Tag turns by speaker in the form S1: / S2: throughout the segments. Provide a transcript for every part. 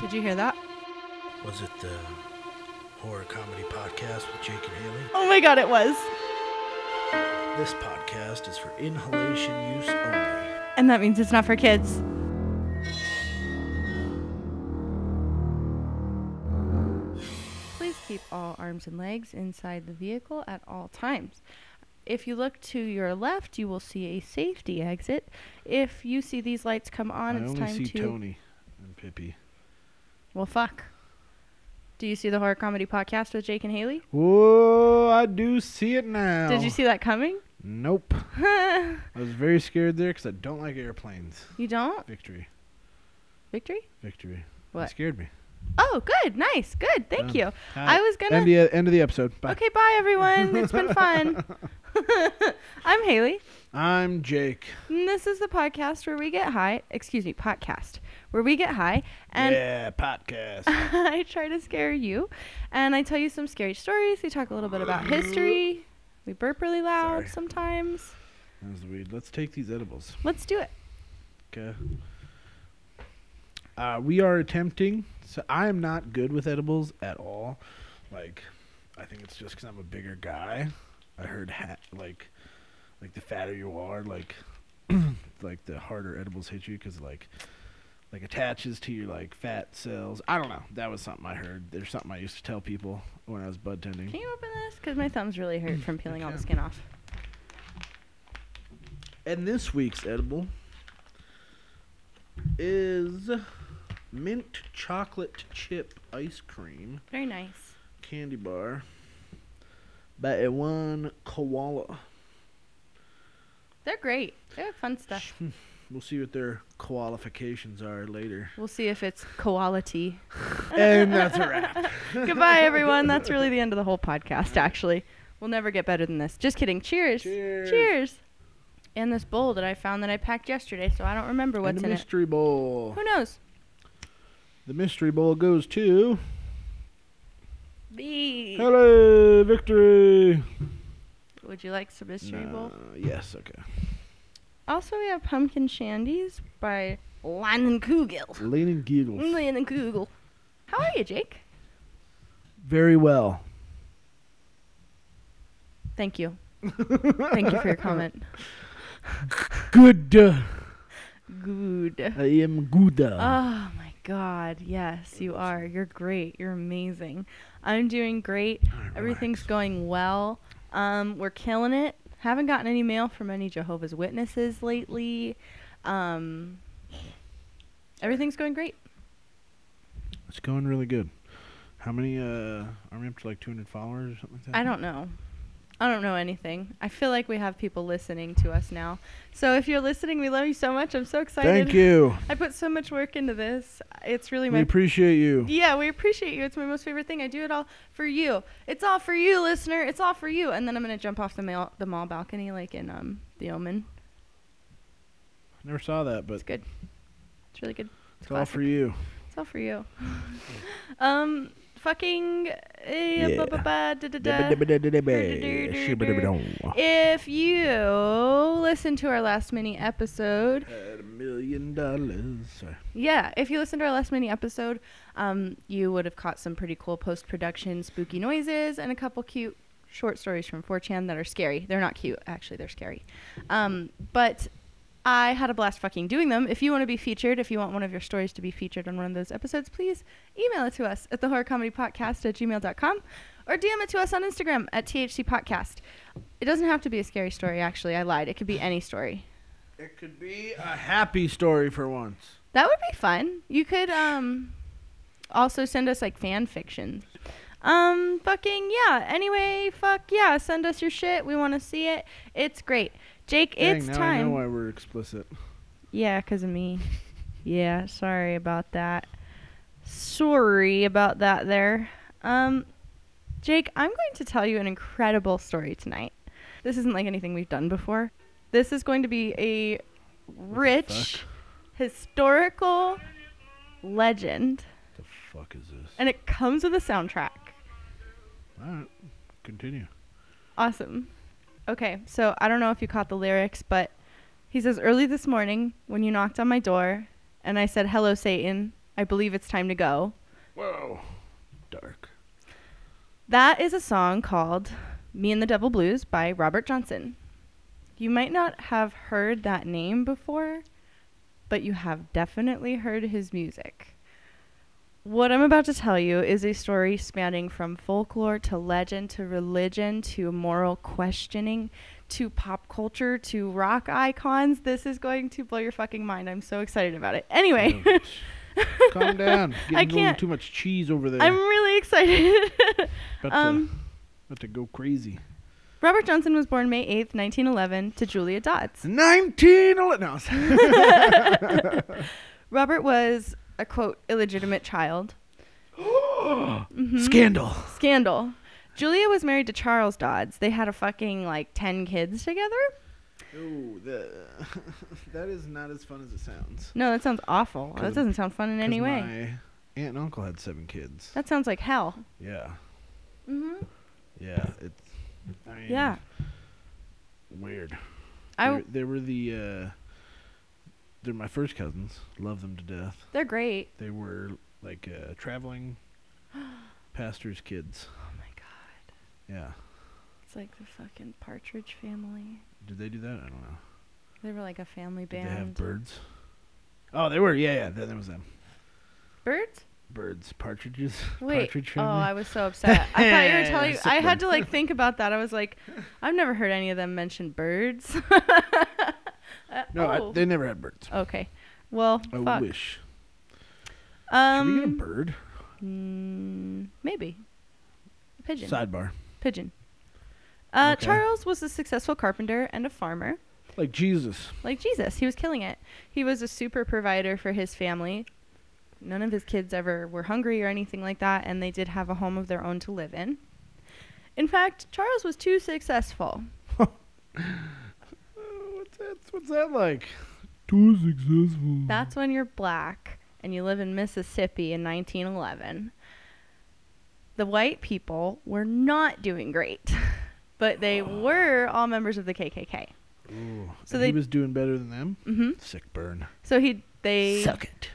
S1: Did you hear that?
S2: Was it the horror comedy podcast with Jake and Haley?
S1: Oh my god, it was.
S2: This podcast is for inhalation use only.
S1: And that means it's not for kids. Please keep all arms and legs inside the vehicle at all times. If you look to your left, you will see a safety exit. If you see these lights come on,
S2: I
S1: it's
S2: only
S1: time
S2: see
S1: to.
S2: Tony and Pippi.
S1: Well, fuck. Do you see the horror comedy podcast with Jake and Haley?
S2: Whoa, I do see it now.
S1: Did you see that coming?
S2: Nope. I was very scared there because I don't like airplanes.
S1: you don't?
S2: Victory,
S1: Victory?
S2: victory. It
S1: What?
S2: scared me.
S1: Oh, good. Nice. Good. Thank
S2: Done.
S1: you. I was gonna.
S2: end the end of the episode. Bye.
S1: Okay, bye everyone. It's been fun. I'm Haley,
S2: I'm Jake.
S1: and this is the podcast where we get high. Excuse me, podcast where we get high, and
S2: yeah, podcast.
S1: I try to scare you, and I tell you some scary stories. We talk a little bit about history. We burp really loud
S2: Sorry.
S1: sometimes.
S2: that was weird. Let's take these edibles.
S1: Let's do it.
S2: Okay. Uh, we are attempting. So I am not good with edibles at all. Like, I think it's just because I'm a bigger guy. I heard ha- like, like the fatter you are, like, like the harder edibles hit you because like, like attaches to your like fat cells. I don't know. That was something I heard. There's something I used to tell people when I was bud tending.
S1: Can you open this? Because my thumbs really hurt from peeling all the
S2: can.
S1: skin off.
S2: And this week's edible is mint chocolate chip ice cream
S1: Very nice.
S2: candy bar by one koala.
S1: They're great. They have fun stuff.
S2: We'll see what their qualifications are later.
S1: We'll see if it's quality.
S2: and that's a wrap.
S1: Goodbye, everyone. That's really the end of the whole podcast, actually. We'll never get better than this. Just kidding. Cheers.
S2: Cheers.
S1: Cheers. And this bowl that I found that I packed yesterday, so I don't remember
S2: And
S1: what's
S2: the
S1: in it.
S2: mystery bowl.
S1: Who knows?
S2: The mystery bowl goes to
S1: B.
S2: Hello Victory.
S1: Would you like some mystery bowl?
S2: Nah, yes, okay.
S1: Also, we have pumpkin shandies by Lennon Kugel.
S2: Lane and Giggles.
S1: Lennon Kugel. How are you, Jake?
S2: Very well.
S1: Thank you. Thank you for your comment.
S2: Good. uh,
S1: Good.
S2: I am good.
S1: Oh my God. Yes, you are. You're great. You're amazing. I'm doing great.
S2: Alright,
S1: Everything's going well. Um, we're killing it. Haven't gotten any mail from any Jehovah's Witnesses lately. Um, everything's going great.
S2: relax. It's going really good. How many uh are we up to like 200 followers or something like that?
S1: I don't know. I don't know anything. I feel like we have people listening to us now. So if you're listening, we love you so much. I'm so excited.
S2: Thank you.
S1: I put so much work into this. It's really my
S2: We appreciate you.
S1: Yeah, we appreciate you. It's my most favorite thing. I do it all for you. It's all for you, listener. It's all for you. And then I'm gonna jump off the mall, the mall balcony, like in um The Omen.
S2: Never saw that, but
S1: It's good. It's really good.
S2: it's all for you.
S1: It's all for you. um, fucking. eh,
S2: Yeah.
S1: ba- ba- ba- da- da- da.
S2: Had
S1: If you listen to our last mini episode,
S2: a million dollars. Sorry.
S1: yeah, if you listened to our last mini episode, um, you would have caught some pretty cool post production spooky noises and a couple cute short stories from 4chan that are scary. They're not cute, actually, they're scary. Um, but I had a blast fucking doing them. If you want to be featured, if you want one of your stories to be featured on one of those episodes, please email it to us at the horror comedy podcast at gmail.com or DM it to us on Instagram at THC Podcast. It doesn't have to be a scary story, actually. I lied. It could be any story.
S2: It could be a happy story for once.
S1: That would be fun. You could um also send us like fan fiction. Um fucking yeah. Anyway, fuck yeah, send us your shit. We want to see it. It's great. Jake,
S2: Dang,
S1: it's
S2: now I know
S1: time.
S2: why we're explicit.
S1: Yeah, cuz of me. Yeah, sorry about that. Sorry about that there. Um Jake, I'm going to tell you an incredible story tonight. This isn't like anything we've done before. This is going to be a rich historical legend
S2: The fuck is this?
S1: and it comes with a soundtrack.
S2: all right, continue.
S1: Awesome. Okay, so I don't know if you caught the lyrics, but he says early this morning when you knocked on my door and I said hello Satan, I believe it's time to go.
S2: Whoa. Dark.
S1: That is a song called Me and the Devil Blues by Robert Johnson. You might not have heard that name before, but you have definitely heard his music. What I'm about to tell you is a story spanning from folklore to legend to religion to moral questioning to pop culture to rock icons. This is going to blow your fucking mind. I'm so excited about it. Anyway.
S2: Yeah. Calm down. Getting
S1: I
S2: a little
S1: can't.
S2: too much cheese over there.
S1: I'm really excited.
S2: about, to,
S1: um,
S2: about to go crazy.
S1: Robert Johnson was born May 8th, 1911, to Julia Dodds.
S2: 19. ele- No, sorry.
S1: Robert was a quote, illegitimate child. Mm-hmm.
S2: Scandal.
S1: Scandal. Julia was married to Charles Dodds. They had a fucking like 10 kids together.
S2: Ooh, the, that is not as fun as it sounds.
S1: No, that sounds awful. That
S2: Cause-
S1: doesn't sound fun in any
S2: 'Cause
S1: way.
S2: My aunt and uncle had seven kids.
S1: That sounds like hell.
S2: Yeah.
S1: Mm-hmm.
S2: Yeah. It's, I mean,
S1: Yeah.
S2: Weird.
S1: I,
S2: they, were,
S1: w-
S2: they were the. Uh, they're my first cousins. Love them to death.
S1: they're great.
S2: They were like uh, traveling pastor's kids.
S1: Oh my God.
S2: Yeah.
S1: It's like the fucking Partridge family.
S2: Did they do that? I don't know.
S1: They were like a family
S2: Did
S1: band.
S2: they have birds? Oh, they were. Yeah, yeah. Then there was them.
S1: Birds?
S2: Birds, partridges,
S1: Wait.
S2: partridge
S1: Oh,
S2: family.
S1: I was so upset. I thought you were telling.
S2: Sick
S1: I
S2: one.
S1: had to like think about that. I was like, I've never heard any of them mention birds. Uh,
S2: no, I-
S1: oh.
S2: they never had birds.
S1: okay. Well,
S2: I
S1: fuck.
S2: wish.
S1: Um,
S2: Should we get a bird?
S1: mm, maybe. A pigeon.
S2: Sidebar.
S1: Pigeon. Uh,
S2: Okay.
S1: Charles was a successful carpenter and a farmer.
S2: Like Jesus.
S1: Like Jesus, he was killing it. He was a super provider for his family. None of his kids ever were hungry or anything like that, and they did have a home of their own to live in. In fact, Charles was too successful.
S2: Uh, what's that? What's that like? Too successful.
S1: That's when you're black and you live in Mississippi in 1911. The white people were not doing great, but they were all members of the KKK.
S2: Ooh.
S1: So
S2: So
S1: they-
S2: he was doing better than them.
S1: hmm
S2: Sick burn.
S1: So he they
S2: it.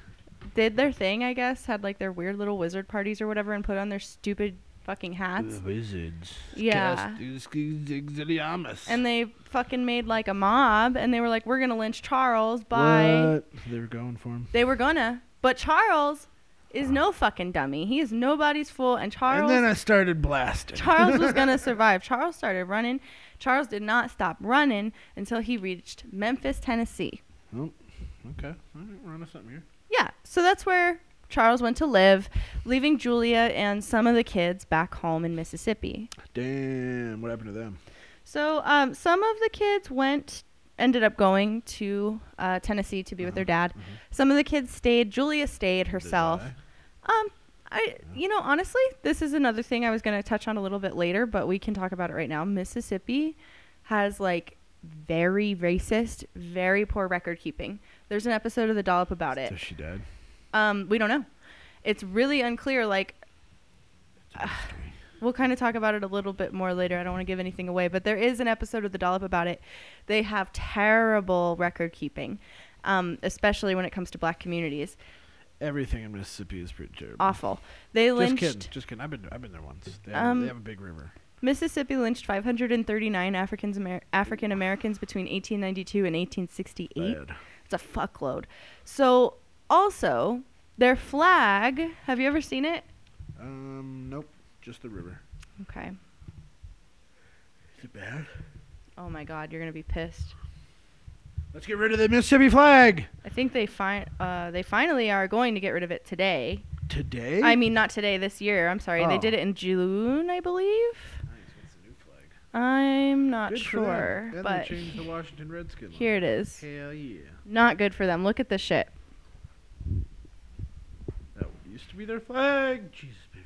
S1: did their thing, I guess, had like their weird little wizard parties or whatever, and put on their stupid fucking hats.
S2: wizards.
S1: Yeah.
S2: And
S1: And they fucking made like a mob, and they were like, "We're gonna lynch Charles." Bye.
S2: What? They were going for him.
S1: They were gonna, but Charles is no fucking dummy. He is nobody's fool, and Charles.
S2: And then I started blasting.
S1: Charles was going to survive. Charles started running. Charles did not stop running until he reached Memphis, Tennessee.
S2: okay. All right, we're onto something here.
S1: Yeah, so that's where Charles went to live, leaving Julia and some of the kids back home in Mississippi.
S2: Damn. What happened to them?
S1: So um, some of the kids went, ended up going to uh, Tennessee to be with their dad.
S2: Mhm.
S1: Some of the kids stayed. Julia stayed
S2: Did
S1: herself.
S2: they?
S1: Um, I, you know, honestly, this is another thing I was going to touch on a little bit later, but we can talk about it right now. Mississippi has like very racist, very poor record keeping. There's an episode of The Dollop about
S2: So
S1: it.
S2: she died.
S1: Um, we don't know. It's really unclear. Like, Ah. we'll kind of talk about it a little bit more later. I don't want to give anything away, but there is an episode of The Dollop about it. They have terrible record keeping, um, especially when it comes to black communities.
S2: Everything in Mississippi is pretty terrible.
S1: Awful. They
S2: Just
S1: lynched.
S2: kidding. Just kidding. I've been I've been there once. They have,
S1: Um,
S2: they have a big river.
S1: Mississippi lynched 539 Africans Amer- African Americans between 1892 and 1868.
S2: Bad.
S1: It's a fuckload. So also their flag. Have you ever seen it?
S2: Um. Nope. Just the river.
S1: Okay.
S2: Is it bad?
S1: Oh my God, you're gonna be pissed.
S2: Let's get rid of the Mississippi flag
S1: I think they fin uh, they finally are going to get rid of it today.
S2: today.
S1: I mean, not today, this year. I'm sorry. They
S2: Oh.
S1: did it in June, I believe.
S2: Nice. What's the new flag?
S1: I'm not
S2: Good for them.
S1: sure,
S2: And
S1: but
S2: they changed the Washington Redskins.
S1: here it is.
S2: Hell yeah.
S1: Not good for them. Look at this shit.
S2: That used to be their flag. Jesus, baby.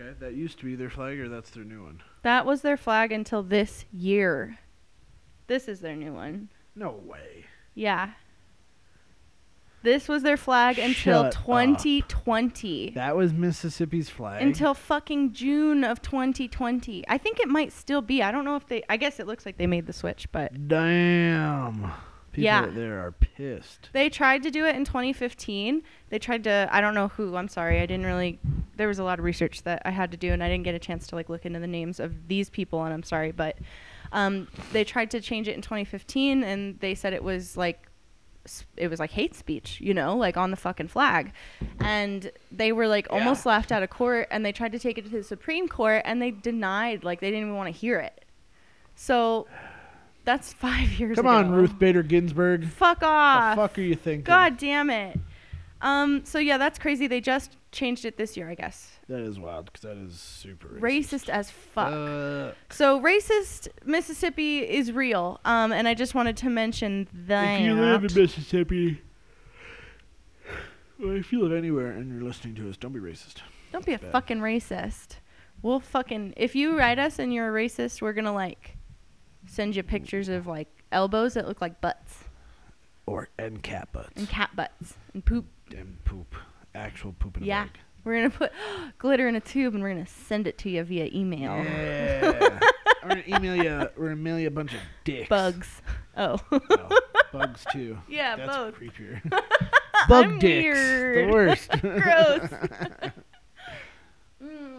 S2: Okay, that used to be their flag, or that's their new one.
S1: That was their flag until this year. This is their new one.
S2: No way.
S1: Yeah. This was their flag until
S2: Shut up.
S1: 2020.
S2: That was Mississippi's flag.
S1: Until fucking June of 2020. I think it might still be. I don't know if they. I guess it looks like they made the switch, but
S2: Damn. People
S1: Yeah.
S2: out there are pissed.
S1: They tried to do it in 2015. They tried to. I don't know who. I'm sorry. I didn't really. There was a lot of research that I had to do, and I didn't get a chance to like look into the names of these people. And I'm sorry, but um, they tried to change it in 2015, and they said it was like s- it was like hate speech, you know, like on the fucking flag. And they were like almost laughed out of court, and they tried to take it to the Supreme Court, and they denied. Like they didn't even want to hear it. So that's five years.
S2: Come on,
S1: ago.
S2: Ruth Bader Ginsburg.
S1: Fuck off.
S2: The fuck are you thinking?
S1: God damn it. Um, so yeah, that's crazy. They just changed it this year, I guess.
S2: That is wild because that is super racist.
S1: Racist as fuck.
S2: Uh,
S1: so racist Mississippi is real. Um, and I just wanted to mention that.
S2: if you live in Mississippi, well, if you live anywhere and you're listening to us, don't be racist.
S1: Don't be a
S2: Bad.
S1: fucking racist. We'll fucking if you write us and you're a racist, we're gonna like send you pictures of like elbows that look like butts
S2: Or end cat butts
S1: and cat butts and poop.
S2: and poop, actual poop in a
S1: Yeah.
S2: bag.
S1: We're gonna put glitter in a tube and we're gonna send it to you via email.
S2: Yeah. we're gonna email you. We're gonna mail you a bunch of dicks.
S1: Bugs. Oh.
S2: No, bugs too.
S1: Yeah,
S2: That's
S1: both.
S2: creepier. Bug
S1: I'm
S2: dicks.
S1: weird.
S2: The worst.
S1: Gross. Mm.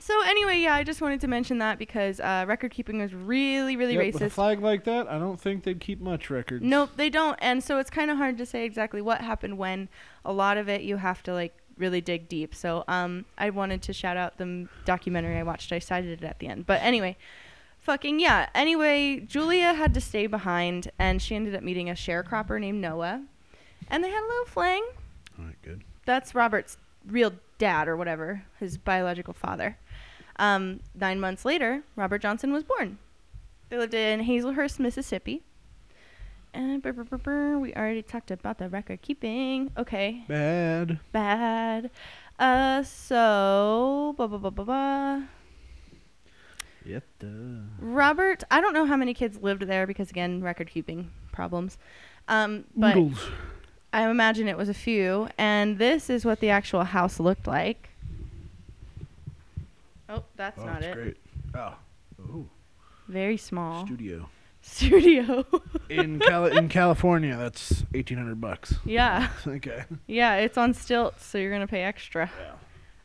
S1: So anyway, yeah, I just wanted to mention that because uh, record keeping was really, really
S2: Yep, With a
S1: racist.
S2: flag like that, I don't think they'd keep much records.
S1: Nope, they don't, and so it's kind of hard to say exactly what happened when. A lot of it you have to like really dig deep. So um, I wanted to shout out the m- documentary I watched. I cited it at the end, but anyway, fucking yeah. Anyway, Julia had to stay behind, and she ended up meeting a sharecropper named Noah, and they had a little fling.
S2: All right, good.
S1: That's Robert's real dad or whatever, his biological father. Um, nine months later, Robert Johnson was born. They lived in Hazelhurst, Mississippi. And brr, brr, brr, brr, we already talked about the record keeping. Okay,
S2: Bad.
S1: bad. Uh, so blah blah blah blah blah.
S2: Yep. duh.
S1: Robert, I don't know how many kids lived there because again, record keeping problems. Um, but
S2: Oodles.
S1: I imagine it was a few, and this is what the actual house looked like. Oh, that's
S2: oh,
S1: not
S2: that's
S1: it.
S2: great. Oh. Ooh.
S1: Very small
S2: Studio.
S1: studio.
S2: In Cali- in California, that's 1800 bucks.
S1: yeah,
S2: Okay.
S1: yeah, it's on stilts, so you're gonna pay extra.
S2: Yeah.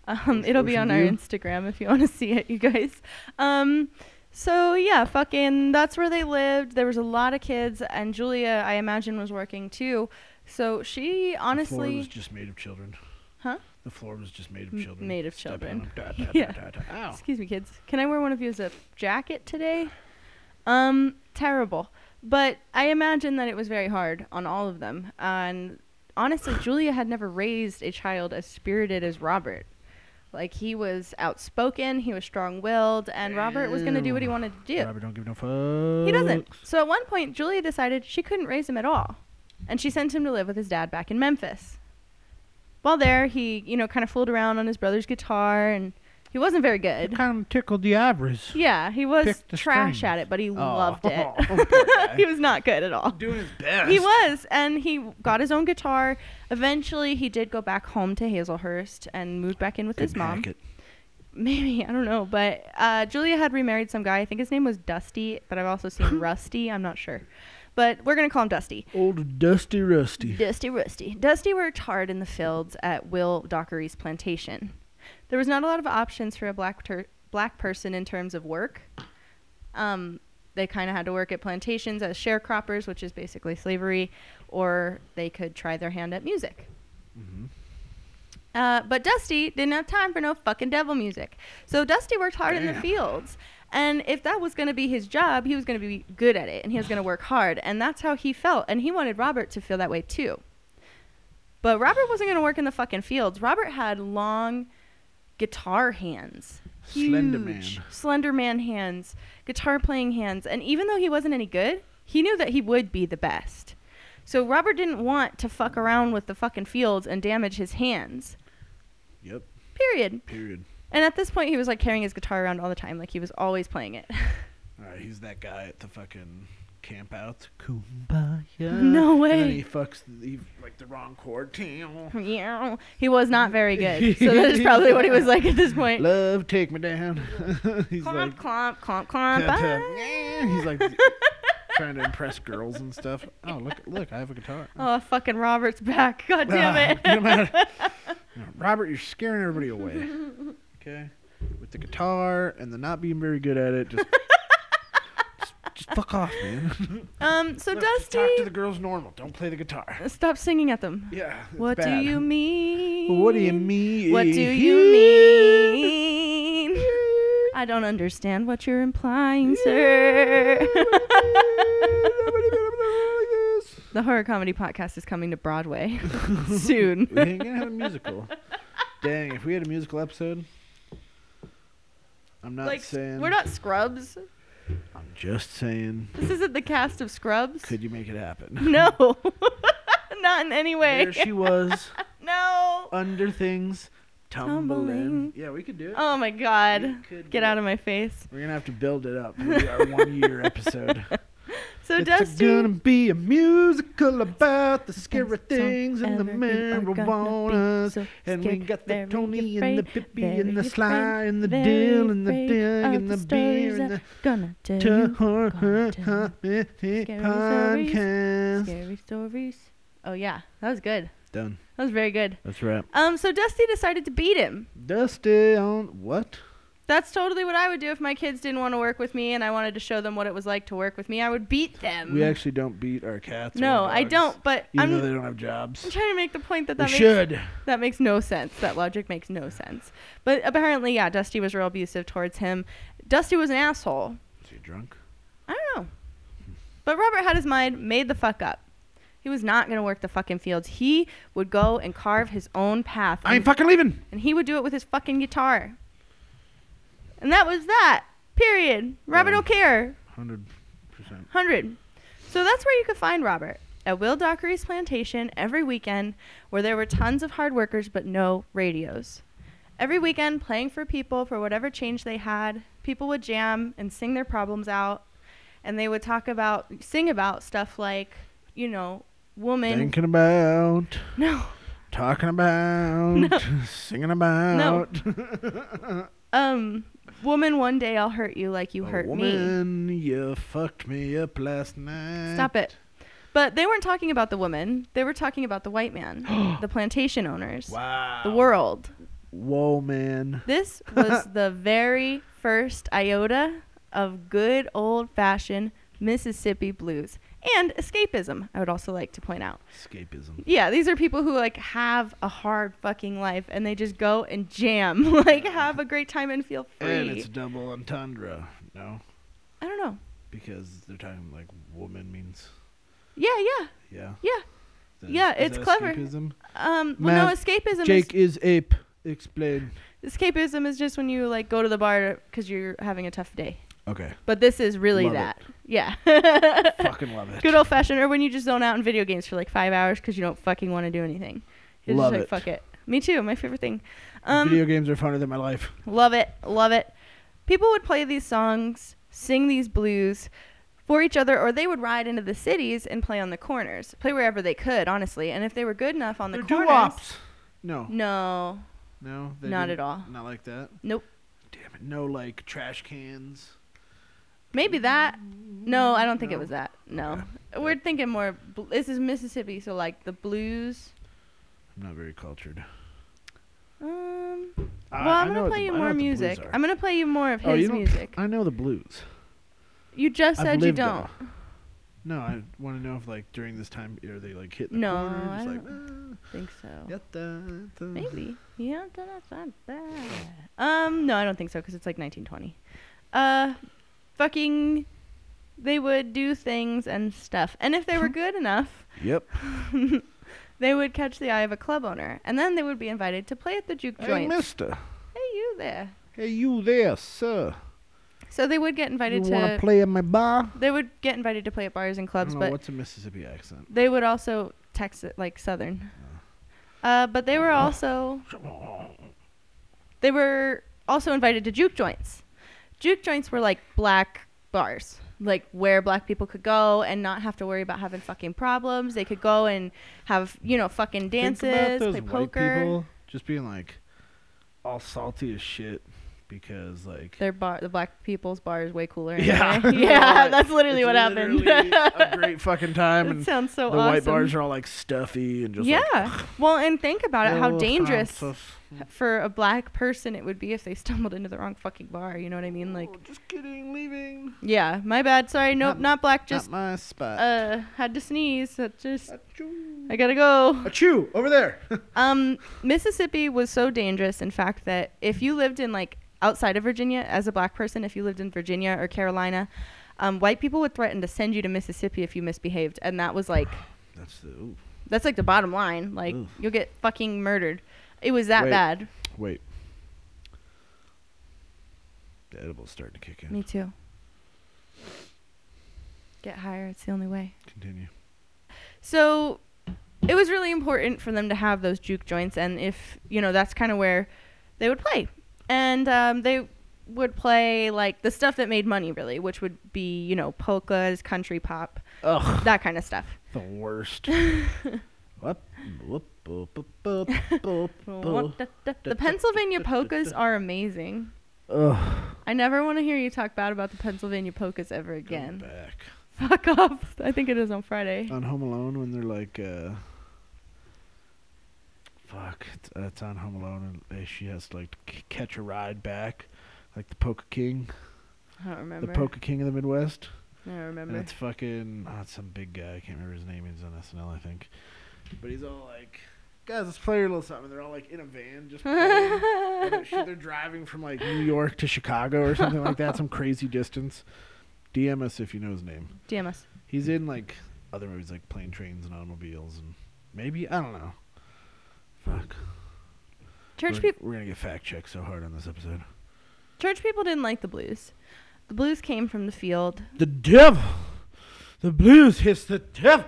S1: Um,
S2: Nice
S1: it'll be
S2: ocean
S1: on our
S2: view.
S1: Instagram if you want to see it, you guys. Um, so yeah, fucking, that's where they lived. There was a lot of kids, and Julia, I imagine, was working too. So she
S2: The floor was
S1: honestly,
S2: just made of children.
S1: Huh?
S2: The floor was just made of
S1: M-
S2: children.
S1: made of
S2: Step on
S1: children.
S2: them. Da, da,
S1: Yeah.
S2: da, da, da. Ow.
S1: Excuse me, kids. Can I wear one of you as a jacket today? Um, terrible. But I imagine that it was very hard on all of them. And honestly, Julia had never raised a child as spirited as Robert. Like he was outspoken, he was strong-willed, and Robert was going to do what he wanted to do.
S2: Robert don't give no fucks.
S1: He doesn't. So at one point, Julia decided she couldn't raise him at all, and she sent him to live with his dad back in Memphis. While there, he, you know, kind of fooled around on his brother's guitar, and he wasn't very good.
S2: kind of tickled the ivories.
S1: Yeah, he was
S2: Pick the
S1: trash
S2: strings.
S1: at it, but he
S2: Oh.
S1: loved it.
S2: Poor guy.
S1: he was not good at all.
S2: Doing his best.
S1: He was, and he got his own guitar. Eventually, he did go back home to Hazelhurst and moved back in with his mom. Maybe I don't know, but uh, Julia had remarried some guy. I think his name was Dusty, but I've also seen Rusty. I'm not sure, but we're gonna call him Dusty.
S2: Old Dusty Rusty.
S1: Dusty Rusty. Dusty worked hard in the fields at Will Dockery's plantation. There was not a lot of options for a black ter- black person in terms of work. Um, they kind of had to work at plantations as sharecroppers, which is basically slavery, or they could try their hand at music.
S2: Mhm.
S1: Uh, but Dusty didn't have time for no fucking devil music. So Dusty worked hard in the
S2: Damn.
S1: fields. And if that was going to be his job, he was going to be good at it and he was going to work hard. And that's how he felt. And he wanted Robert to feel that way too. But Robert wasn't going to work in the fucking fields. Robert had long guitar hands.
S2: Slender man.
S1: Huge Slender man hands, guitar playing hands. And even though he wasn't any good, he knew that he would be the best. So Robert didn't want to fuck around with the fucking fields and damage his hands.
S2: Yep.
S1: Period.
S2: Period.
S1: And at this point, he was like carrying his guitar around all the time, like he was always playing it.
S2: All right, he's that guy at the fucking camp out. Kumbaya.
S1: No
S2: And then
S1: way.
S2: he fucks the, he, like the wrong chord. Damn.
S1: Yeah. he was not very good, so that is probably what he was like at this point.
S2: Love, take me down. he's
S1: clomp,
S2: like.
S1: clomp, clomp,
S2: tap,
S1: clomp.
S2: tap.
S1: ah.
S2: Yeah, He's like. trying to impress girls and stuff. Oh, look, look, I have a guitar.
S1: Oh, fucking Robert's back. God damn
S2: Ah,
S1: it.
S2: get him out of- Robert, you're scaring everybody away. Okay? With the guitar and the not being very good at it, just, just, just fuck off, man.
S1: Um, so
S2: Look, just
S1: Dusty,
S2: Talk to the girls normal. Don't play the guitar.
S1: stop singing at them.
S2: Yeah. it's
S1: What do
S2: bad.
S1: you mean?
S2: What do you mean?
S1: What do you mean? I don't understand what you're implying, sir. the horror comedy podcast is coming to Broadway soon.
S2: we ain't gonna have a musical. Dang, if we had a musical episode, I'm not
S1: like
S2: saying.
S1: we're not Scrubs.
S2: I'm just saying.
S1: This isn't the cast of Scrubs.
S2: Could you make it happen?
S1: no, not in any way.
S2: There she was
S1: no.
S2: under things tumbling.
S1: Tumbling.
S2: Yeah, we could do it.
S1: Oh my
S2: We
S1: God.
S2: could
S1: Get
S2: do
S1: out
S2: it.
S1: of my face.
S2: We're gonna have to build it up. Maybe our one year episode.
S1: So
S2: it's
S1: Dusty.
S2: gonna be a musical about the scary
S1: best song
S2: things and the
S1: ever. You are gonna be
S2: marijuana.
S1: so
S2: And we
S1: scared.
S2: got the
S1: Very
S2: Tony and
S1: afraid,
S2: the Pippi
S1: very
S2: and the Sly
S1: afraid,
S2: and the
S1: very
S2: Dill and the
S1: afraid
S2: Dig
S1: of
S2: and the
S1: stories
S2: Beer and the
S1: I'm Gonna tell you gonna tell
S2: Tuh-huh-huh-huh-huh-huh-huh podcast.
S1: scary stories. Oh yeah, that was good.
S2: Done.
S1: That was very good.
S2: That's right.
S1: Um, so Dusty decided to beat him.
S2: Dusty on what?
S1: That's totally what I would do if my kids didn't want to work with me and I wanted to show them what it was like to work with me. I would beat them.
S2: We actually don't beat our cats. or
S1: no,
S2: our
S1: I
S2: dogs,
S1: don't. But
S2: Even though
S1: I'm,
S2: they don't have jobs.
S1: I'm trying to make the point that
S2: We
S1: that makes
S2: should.
S1: That makes no sense. That logic makes no sense. But apparently, yeah, Dusty was real abusive towards him. Dusty was an asshole.
S2: Is he drunk?
S1: I don't know. But Robert had his mind made the fuck up. He was not going to work the fucking fields. He would go and carve his own path.
S2: I ain't
S1: and,
S2: fucking leaving.
S1: and he would do it with his fucking guitar. And that was that. Period. Robert
S2: Um.
S1: don't care.
S2: Hundred percent.
S1: 100. So that's where you could find Robert at Will Dockery's plantation every weekend, where there were tons of hard workers but no radios. Every weekend, playing for people for whatever change they had, people would jam and sing their problems out, and they would talk about, sing about stuff like, you know, woman.
S2: Thinking about,
S1: No.
S2: talking about, singing about.
S1: Um, woman, one day I'll hurt you like you hurt me.
S2: woman, you fucked me up last night.
S1: Stop it. But they weren't talking about the woman, they were talking about the white man, the plantation owners,
S2: Wow.
S1: the world.
S2: Whoa, man.
S1: This was the very first iota of good old fashioned Mississippi blues and escapism, I would also like to point out.
S2: Escapism.
S1: Yeah, these are people who like have a hard fucking life and they just go and jam, like have a great time and feel
S2: And
S1: free.
S2: it's double entendre, no?
S1: I don't know.
S2: Because they're talking like woman means,
S1: Yeah, yeah.
S2: yeah.
S1: Yeah.
S2: That-
S1: Yeah,
S2: is
S1: it's
S2: that
S1: clever.
S2: Escapism?
S1: Um, well, no,
S2: Matt,
S1: escapism
S2: Jake is ape. Explain.
S1: is escapism is just when you like go to the bar because you're having a tough day.
S2: Okay.
S1: But this is really
S2: Love it.
S1: that. Yeah.
S2: Fucking love it.
S1: good old fashioned, or when you just zone out in video games for like five hours because you don't fucking want to do anything. You're
S2: Love
S1: just like,
S2: it.
S1: fuck it. Me too. My favorite thing. Um,
S2: Video games are funner than my life.
S1: Love it. Love it. People would play these songs, sing these blues for each other, or they would ride into the cities and play on the corners, play wherever they could, honestly. And if they were good enough on the
S2: They're
S1: corners,
S2: doo-wops. No.
S1: no,
S2: No,
S1: Not
S2: didn't-
S1: at all.
S2: Not like that.
S1: Nope.
S2: Damn it! No, like trash cans.
S1: maybe that. No, I don't think it
S2: No.
S1: was that. No, we're thinking more. Bl- this is Mississippi, so like the blues.
S2: I'm not very cultured.
S1: Um, well,
S2: I- I
S1: I'm
S2: know
S1: gonna
S2: what
S1: play
S2: the-
S1: you
S2: I know what
S1: more
S2: the blues
S1: music.
S2: are.
S1: I'm gonna play you more of his
S2: Oh, don't-
S1: music.
S2: I know the blues.
S1: You just
S2: I've
S1: said you
S2: lived it.
S1: don't.
S2: No, I want to know if like during this time are they like hitting
S1: No,
S2: the corner?
S1: I
S2: Just like, "Ah,
S1: think so.
S2: yatta, yatta."
S1: Maybe. Yeah, that's not bad. Um, no, I don't think so because it's like 1920. Uh, fucking, they would do things and stuff, and if they were good enough,
S2: Yep.
S1: they would catch the eye of a club owner, and then they would be invited to play at the juke
S2: Hey,
S1: joints.
S2: Mister.
S1: Hey, you there.
S2: Hey, you there, sir?
S1: So they would get
S2: You
S1: invited
S2: want to
S1: to.
S2: play at my bar?
S1: they would get invited to play at bars and
S2: I
S1: clubs,
S2: don't know,
S1: but
S2: what's a Mississippi accent?
S1: They would also text it like Southern. Uh, but they were
S2: Oh.
S1: also they were also invited to juke joints. Juke joints were like black bars, like where black people could go and not have to worry about having fucking problems. They could go and have you know fucking dances,
S2: Think about those
S1: play
S2: white
S1: poker.
S2: people just being like all salty as shit because like
S1: Their bar, the black people's bar is way cooler.
S2: Yeah.
S1: anyway. yeah,
S2: Right.
S1: that's literally
S2: it's
S1: what happened.
S2: literally a great fucking time,
S1: That
S2: and
S1: sounds so
S2: the
S1: awesome.
S2: white bars are all like stuffy and just
S1: yeah.
S2: like,
S1: well, and think about it. How
S2: "Oh,
S1: dangerous
S2: I'm so f-
S1: for a black person it would be if they stumbled into the wrong fucking bar. You know what I mean? Like,
S2: Oh, just kidding, leaving.
S1: yeah, my bad. Sorry. Nope,
S2: Not-
S1: not, black. Just
S2: Not my spot.
S1: uh, had to sneeze. That just
S2: Achoo.
S1: I gotta go.
S2: Achoo, over there.
S1: Um, Mississippi was so dangerous, in fact, that if you lived in like outside of Virginia as a black person, if you lived in Virginia or Carolina, um, white people would threaten to send you to Mississippi if you misbehaved, and that was like
S2: That's the. Ooh.
S1: that's like the bottom line. Like
S2: Oof.
S1: you'll get fucking murdered. It was that
S2: Wait.
S1: bad.
S2: Wait. The edible's starting to kick in.
S1: Me too. Get higher. It's the only way.
S2: Continue.
S1: So it was really important for them to have those juke joints, and if you know, that's kind of where they would play, and um, they would play like the stuff that made money, really, which would be you know polkas, country pop,
S2: Ugh,
S1: that kind of stuff.
S2: the worst. Whoop, whoop, whoop, whoop, whoop, whoop, whoop.
S1: The Pennsylvania polkas are amazing.
S2: Ugh.
S1: I never want to hear you talk bad about the Pennsylvania polkas ever
S2: Go
S1: again.
S2: Back.
S1: Fuck off. I think it is on Friday.
S2: On Home Alone when they're like, uh. Fuck. It's, uh, it's on Home Alone and uh, she has to like c- catch a ride back. Like the Poker King.
S1: I don't remember.
S2: The Poker King of the Midwest.
S1: I don't
S2: And
S1: remember.
S2: it's fucking oh, it's some big guy. I can't remember his name. He's on SNL, I think. But he's all like, "Guys, let's play a little something." They're all like in a van, just playing. And they're, shit, they're driving from like New York to Chicago or something like that, some crazy distance. DM us if you know his name.
S1: DM us.
S2: He's in like other movies like Plane, Trains, and Automobiles, and maybe I don't know. Fuck.
S1: Church
S2: we're,
S1: people.
S2: we're gonna get fact checked so hard on this episode.
S1: Church people didn't like the blues. The blues came from the field.
S2: The devil, the blues hiss the devil.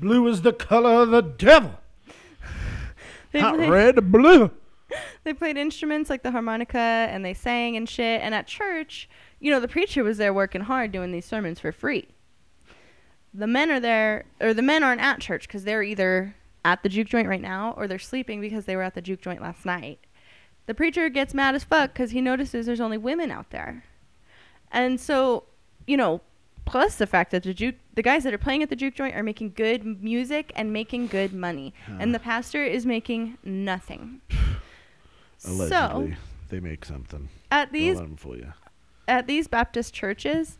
S2: Blue is the color of the devil.
S1: They,
S2: Not
S1: played,
S2: red, blue.
S1: they played instruments like the harmonica and they sang and shit. And at church, you know, the preacher was there working hard doing these sermons for free. The men are there, or the men aren't at church because they're either at the juke joint right now or they're sleeping because they were at the juke joint last night. The preacher gets mad as fuck because he notices there's only women out there. And so, you know, plus the fact that the juke, the guys that are playing at the juke joint are making good m- music and making good money, and the pastor is making nothing.
S2: Allegedly,
S1: So
S2: they make something.
S1: at
S2: These
S1: these
S2: let them fool you.
S1: at these Baptist churches,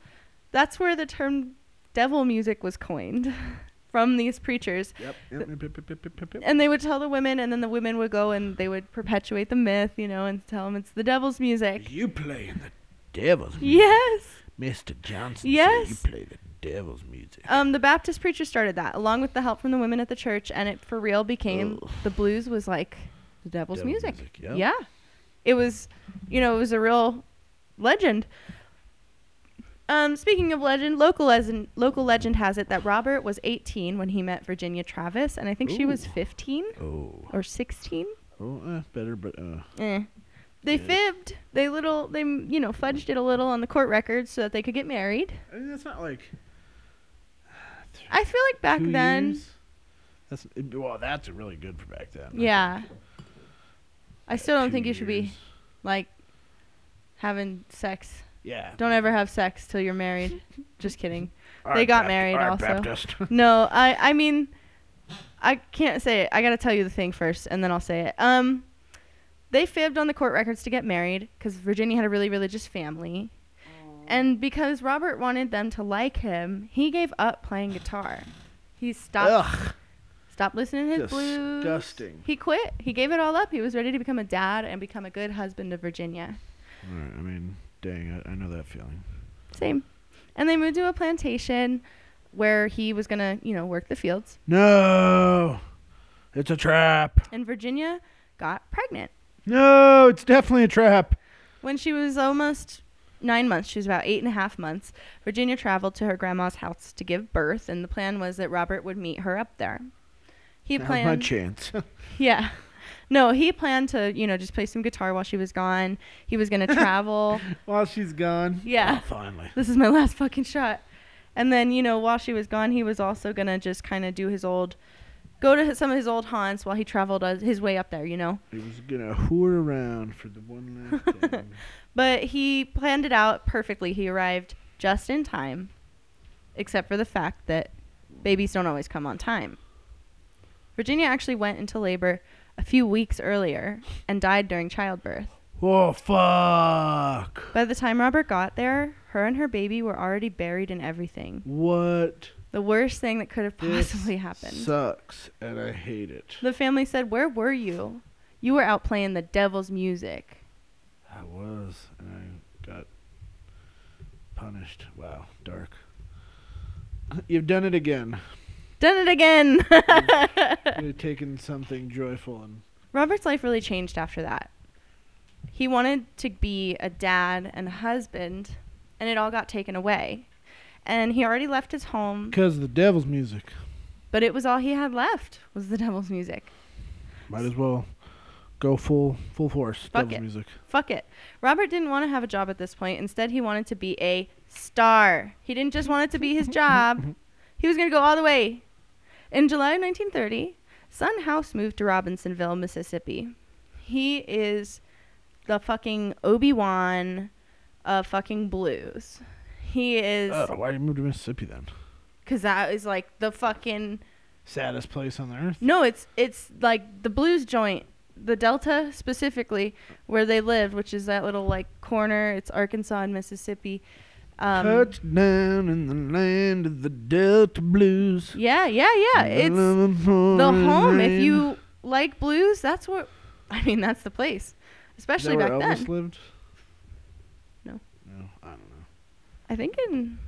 S1: that's where the term devil music was coined from these preachers.
S2: Yep. yep, yep, yep, yep, yep, yep, yep.
S1: And they would tell the women, and then the women would go and they would perpetuate the myth, you know, and tell them it's the devil's music.
S2: You play in the devil's music.
S1: Yes.
S2: Mr. Johnson. said
S1: Yes.
S2: you play the devil's music.
S1: Um, the Baptist preacher started that, along with the help from the women at the church, and it for real became
S2: Ugh.
S1: the blues was like the devil's
S2: Devil
S1: music.
S2: music, yep.
S1: Yeah, it was, you know, it was a real legend. Um, speaking of legend, local legend, local legend has it that Robert was 18 when he met Virginia Travis, and I think she was
S2: Ooh.
S1: 15
S2: Oh.
S1: or 16.
S2: Oh, eh, better, but uh.
S1: Eh. They
S2: Yeah.
S1: fibbed. They little. They you know fudged it a little on the court records so that they could get married.
S2: I mean, that's not like.
S1: I feel like back
S2: two
S1: then.
S2: years? That's it- well. That's really good for back then. I think.
S1: Yeah. I still don't
S2: Two
S1: think you should be
S2: years.
S1: like having sex.
S2: Yeah.
S1: Don't ever have sex till you're married. Just kidding.
S2: All
S1: they
S2: right,
S1: got
S2: Bap-
S1: married
S2: all right,
S1: also.
S2: Baptist.
S1: No, I I mean I can't say it. I got to tell you the thing first and then I'll say it. Um they fibbed on the court records to get married cuz Virginia had a really religious family. And because Robert wanted them to like him, he gave up playing guitar. He stopped
S2: Ugh.
S1: Stop listening to his blues.
S2: Disgusting.
S1: He quit. He gave it all up. He was ready to become a dad and become a good husband to Virginia.
S2: All right. I mean, dang. I, I know that feeling.
S1: Same. And they moved to a plantation where he was going to, you know, work the fields.
S2: No. It's a trap.
S1: And Virginia got pregnant.
S2: No, it's definitely a trap.
S1: When she was almost nine months, she was about eight and a half months, Virginia traveled to her grandma's house to give birth. And the plan was that Robert would meet her up there. He
S2: That was my
S1: planned.
S2: chance.
S1: Yeah. No, he planned to, you know, just play some guitar while she was gone. He was going to travel.
S2: While she's gone.
S1: Yeah.
S2: Oh, finally.
S1: this is my last fucking shot. And then, you know, while she was gone, he was also going to just kind of do his old go to his- some of his old haunts while he traveled uh, his way up there, you know.
S2: He was gonna whore around for the one last thing.
S1: But he planned it out perfectly. He arrived just in time, except for the fact that babies don't always come on time. Virginia actually went into labor a few weeks earlier and died during childbirth.
S2: Oh fuck!
S1: By the time Robert got there, her and her baby were already buried in everything.
S2: What
S1: The worst thing that could have
S2: This
S1: possibly happened.
S2: sucks, and I hate it.
S1: the family said, Where were you? You were out playing the devil's music.
S2: I was, and I got punished. Wow, dark. You've done it again.
S1: Done it again!
S2: You've taken something joyful and
S1: Robert's life really changed after that. He wanted to be a dad and a husband, and it all got taken away. And he already left his home,
S2: because of the devil's music,
S1: but it was all he had left was the devil's music.
S2: might as well go full full force. devil's
S1: it.
S2: music.
S1: Fuck it. Robert didn't want to have a job at this point. Instead, he wanted to be a star. He didn't just want it to be his job. He was going to go all the way. In July of 1930, Son House moved to Robinsonville, Mississippi. He is the fucking Obi-Wan of fucking blues. He is
S2: Oh, why you move to Mississippi then?
S1: cuz that is like the fucking
S2: Saddest place on the earth.
S1: No, it's it's like the blues joint, the Delta specifically, where they lived, which is that little like corner. It's Arkansas and Mississippi. Um,
S2: Touchdown in the land of the Delta Blues.
S1: yeah, yeah, yeah. It's the home. If you like blues, that's what. I mean, that's the place,
S2: Is that
S1: especially
S2: where
S1: back
S2: Elvis
S1: then.
S2: lived.
S1: No.
S2: No, I don't know.
S1: I think in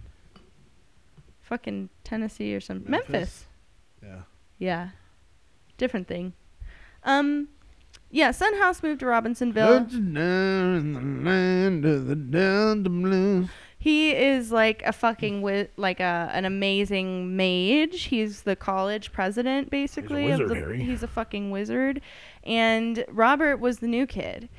S1: fucking Tennessee or something.
S2: Memphis?
S1: Memphis.
S2: Yeah.
S1: Yeah, different thing. Um, yeah. Sun House moved to Robinsonville.
S2: Touchdown in the land of the Delta Blues.
S1: He is like a fucking wi- like a an amazing mage. He's the college president basically.
S2: wizard,
S1: of the,
S2: Harry.
S1: He's a fucking wizard, and Robert was the new kid,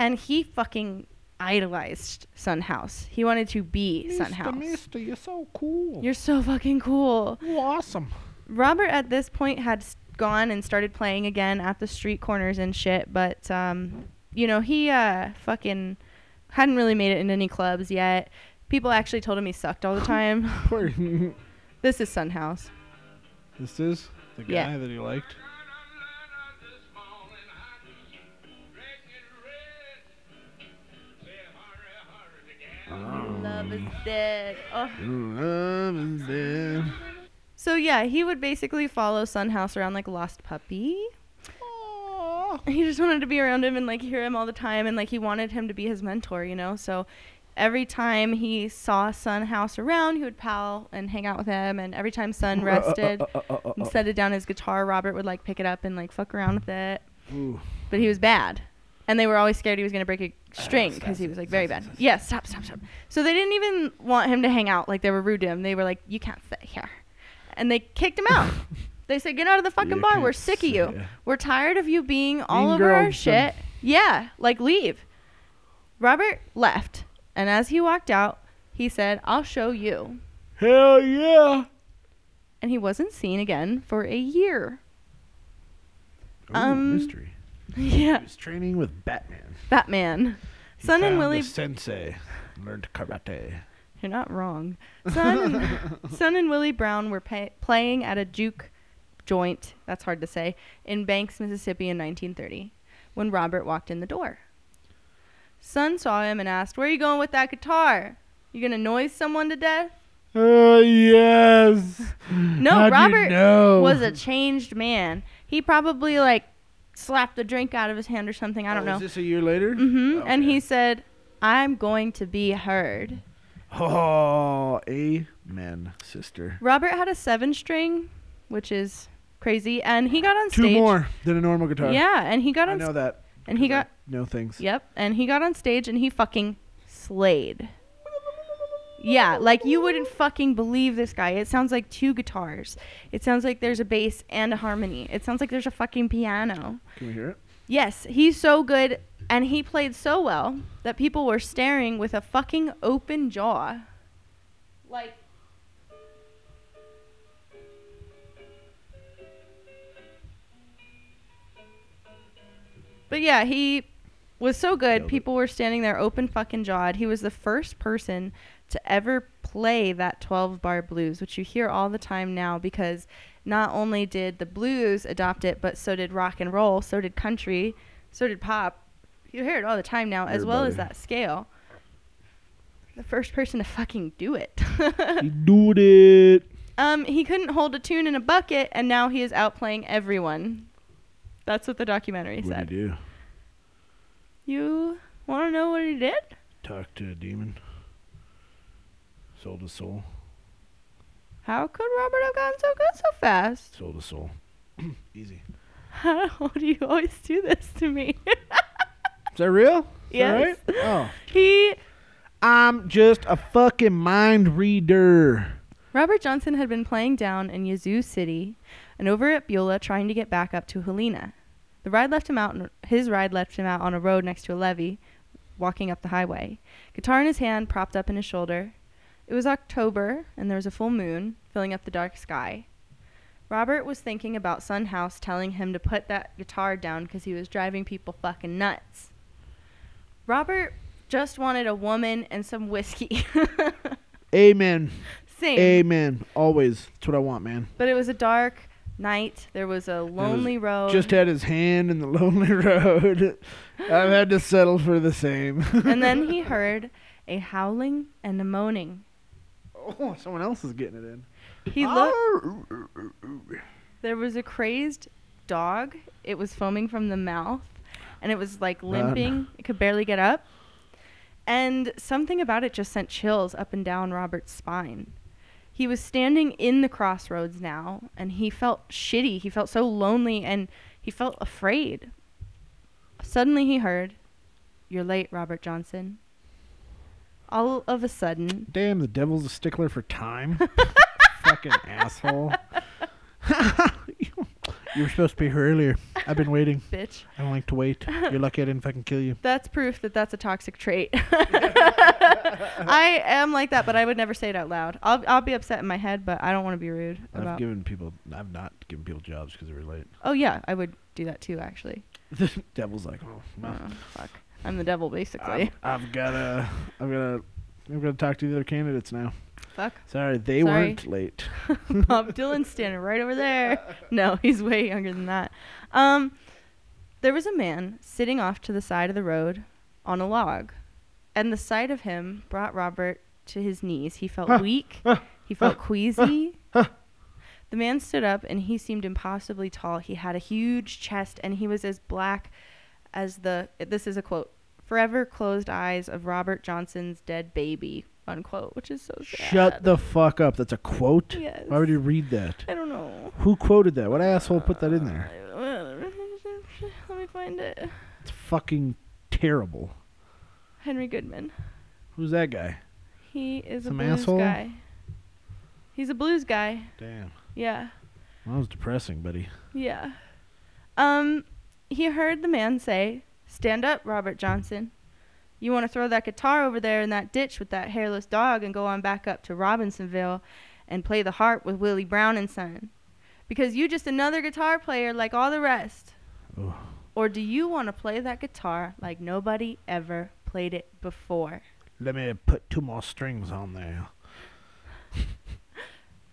S1: and he fucking idolized Sun House. He wanted to be Sun House.
S2: Mister, you're so cool.
S1: You're so fucking cool.
S2: You're awesome.
S1: Robert at this point had s- gone and started playing again at the street corners and shit, but um, you know he uh, fucking hadn't really made it in any clubs yet. People actually told him he sucked all the time. This is Sunhouse.
S2: this is the guy
S1: Yeah.
S2: that he liked.
S1: Love is dead. Oh.
S2: Love is dead.
S1: So yeah, he would basically follow Sunhouse around like a lost puppy.
S2: Aw.
S1: He just wanted to be around him and like hear him all the time, and like he wanted him to be his mentor, you know. So every time he saw Sunhouse around, he would pal and hang out with him, and every time
S2: uh,
S1: Sun rested and setted down his guitar, Robert would like pick it up and like fuck around with it.
S2: Ooh.
S1: but he was bad and they were always scared he was going to break
S2: Oh,
S1: a string because he was like very bad yeah stop stop stop so they didn't even want him to hang out like they were rude to him they were like you can't sit here and they kicked him out they said get out of the fucking
S2: You
S1: bar
S2: can't
S1: we're sick of
S2: sit
S1: you
S2: here."
S1: we're tired of you being all
S2: Mean
S1: over our
S2: girls,
S1: shit
S2: son.
S1: yeah like leave robert left and as he walked out he said i'll show you
S2: Hell yeah.
S1: and he wasn't seen again for a year
S2: Ooh,
S1: Um,
S2: mystery.
S1: yeah
S2: He was training with Batman.
S1: batman
S2: He
S1: son and
S2: found
S1: willie
S2: the sensei. Learned karate.
S1: You're not wrong. Son and, Son and Willie Brown were pa playing at a juke joint, that's hard to say, in Banks, Mississippi in 1930 when Robert walked in the door. Son saw him and asked, Where are you going with that guitar? You gonna noise someone to death?
S2: Oh yes.
S1: No,
S2: How'd you
S1: Robert
S2: know?
S1: was a changed man. He probably like slapped the drink out of his hand or something. I don't
S2: Oh,
S1: know.
S2: Is this a year later?
S1: hmm And
S2: Okay.
S1: he said, "I'm going to be heard."
S2: Oh, amen, sister.
S1: Robert had a seven string, which is crazy, and he got on
S2: Two
S1: stage.
S2: more than a normal guitar.
S1: Yeah, and he got
S2: I
S1: on.
S2: know
S1: s-
S2: that.
S1: And he
S2: 'cause I
S1: got.
S2: know things.
S1: Yep, and he got on stage and he fucking slayed. Yeah, like you wouldn't fucking believe this guy. It sounds like two guitars. It sounds like there's a bass and a harmony. It sounds like there's a fucking piano.
S2: Can we hear it?
S1: Yes, he's so good and he played so well that people were staring with a fucking open jaw. Like But yeah, he was so good.
S2: Nailed it.
S1: People were standing there open fucking jawed. He was the first person to ever play that 12 bar blues, which you hear all the time now because not only did the blues adopt it, but so did rock and roll, so did country, so did pop. You hear it all the time now, as well as
S2: Everybody.
S1: that scale. The first person to fucking do it.
S2: He did it.
S1: Um, he couldn't hold a tune in a bucket, and now he is outplaying everyone. That's what the documentary
S2: What would
S1: said.
S2: he do?
S1: You want to know what he did?
S2: Talk to a demon. Sold his soul.
S1: How could Robert have gotten so good so fast?
S2: Sold his soul. Easy.
S1: How do you always do this to me?
S2: Is that real? Is that
S1: Yes.
S2: right? Oh.
S1: he
S2: I'm just a fucking mind reader.
S1: Robert Johnson had been playing down in Yazoo City and over at Beulah trying to get back up to Helena. The ride left him out. His ride left him out on a road next to a levee, walking up the highway. Guitar in his hand, propped up in his shoulder. It was October, and there was a full moon filling up the dark sky. Robert was thinking about Sun House telling him to put that guitar down because he was driving people fucking nuts. Robert just wanted a woman and some whiskey.
S2: Amen.
S1: Same.
S2: Amen. Always. That's what I want, man.
S1: But it was a dark night. There was a lonely road.
S2: Just had his hand in the lonely road. I've had to settle for the same.
S1: and then he heard a howling and a moaning.
S2: oh, someone else is getting it in.
S1: He
S2: Ah!
S1: looked. There was a crazed dog. It was foaming from the mouth, and it was like limping. It could barely get up. And something about it just sent chills up and down Robert's spine. He was standing in the crossroads now, and he felt shitty. He felt so lonely, and he felt afraid. Suddenly, he heard, "You're late, Robert Johnson." All of a sudden,
S2: Damn, the devil's a stickler for time. Fucking asshole. you were supposed to be here earlier. I've been waiting.
S1: bitch,
S2: I don't like to wait. You're lucky I didn't fucking kill you.
S1: That's proof that that's a toxic trait. I am like that, but I would never say it out loud. I'll, I'll be upset in my head, but I don't want to be rude
S2: I've
S1: about.
S2: given people. I've not given people jobs because they were late.
S1: oh yeah, I would do that too, actually.
S2: The devil's like, oh, well,
S1: Oh, fuck, I'm the devil basically.
S2: I've, I've gotta, I've gotta, I've gotta talk to the other candidates now.
S1: fuck,
S2: Sorry, they
S1: Sorry.
S2: weren't late.
S1: Bob Dylan's standing right over there. No, he's way younger than that. Um, there was a man sitting off to the side of the road on a log, and the sight of him brought Robert to his knees. He felt weak. He felt queasy. The man stood up, and he seemed impossibly tall. He had a huge chest, and he was as black as the. This is a quote. Forever closed eyes of Robert Johnson's dead baby, unquote, which is so sad.
S2: Shut the fuck up. That's a quote.
S1: Yes.
S2: Why would you read that?
S1: I don't know. Uh,
S2: Who quoted that? What asshole put that in there?
S1: Let me find it.
S2: It's fucking terrible.
S1: Henry Goodman.
S2: Who's that guy?
S1: He is
S2: Some
S1: a blues
S2: asshole?
S1: guy. He's a blues guy.
S2: Damn,
S1: Yeah.
S2: that was depressing, buddy.
S1: Yeah. Um he heard the man say, "Stand up, Robert Johnson. You want to throw that guitar over there in that ditch with that hairless dog and go on back up to Robinsonville and play the harp with Willie Brown and Son. Because you just another guitar player like all the rest."
S2: Ooh.
S1: Or do you want to play that guitar like nobody ever played it before?
S2: Let me put two more strings on there.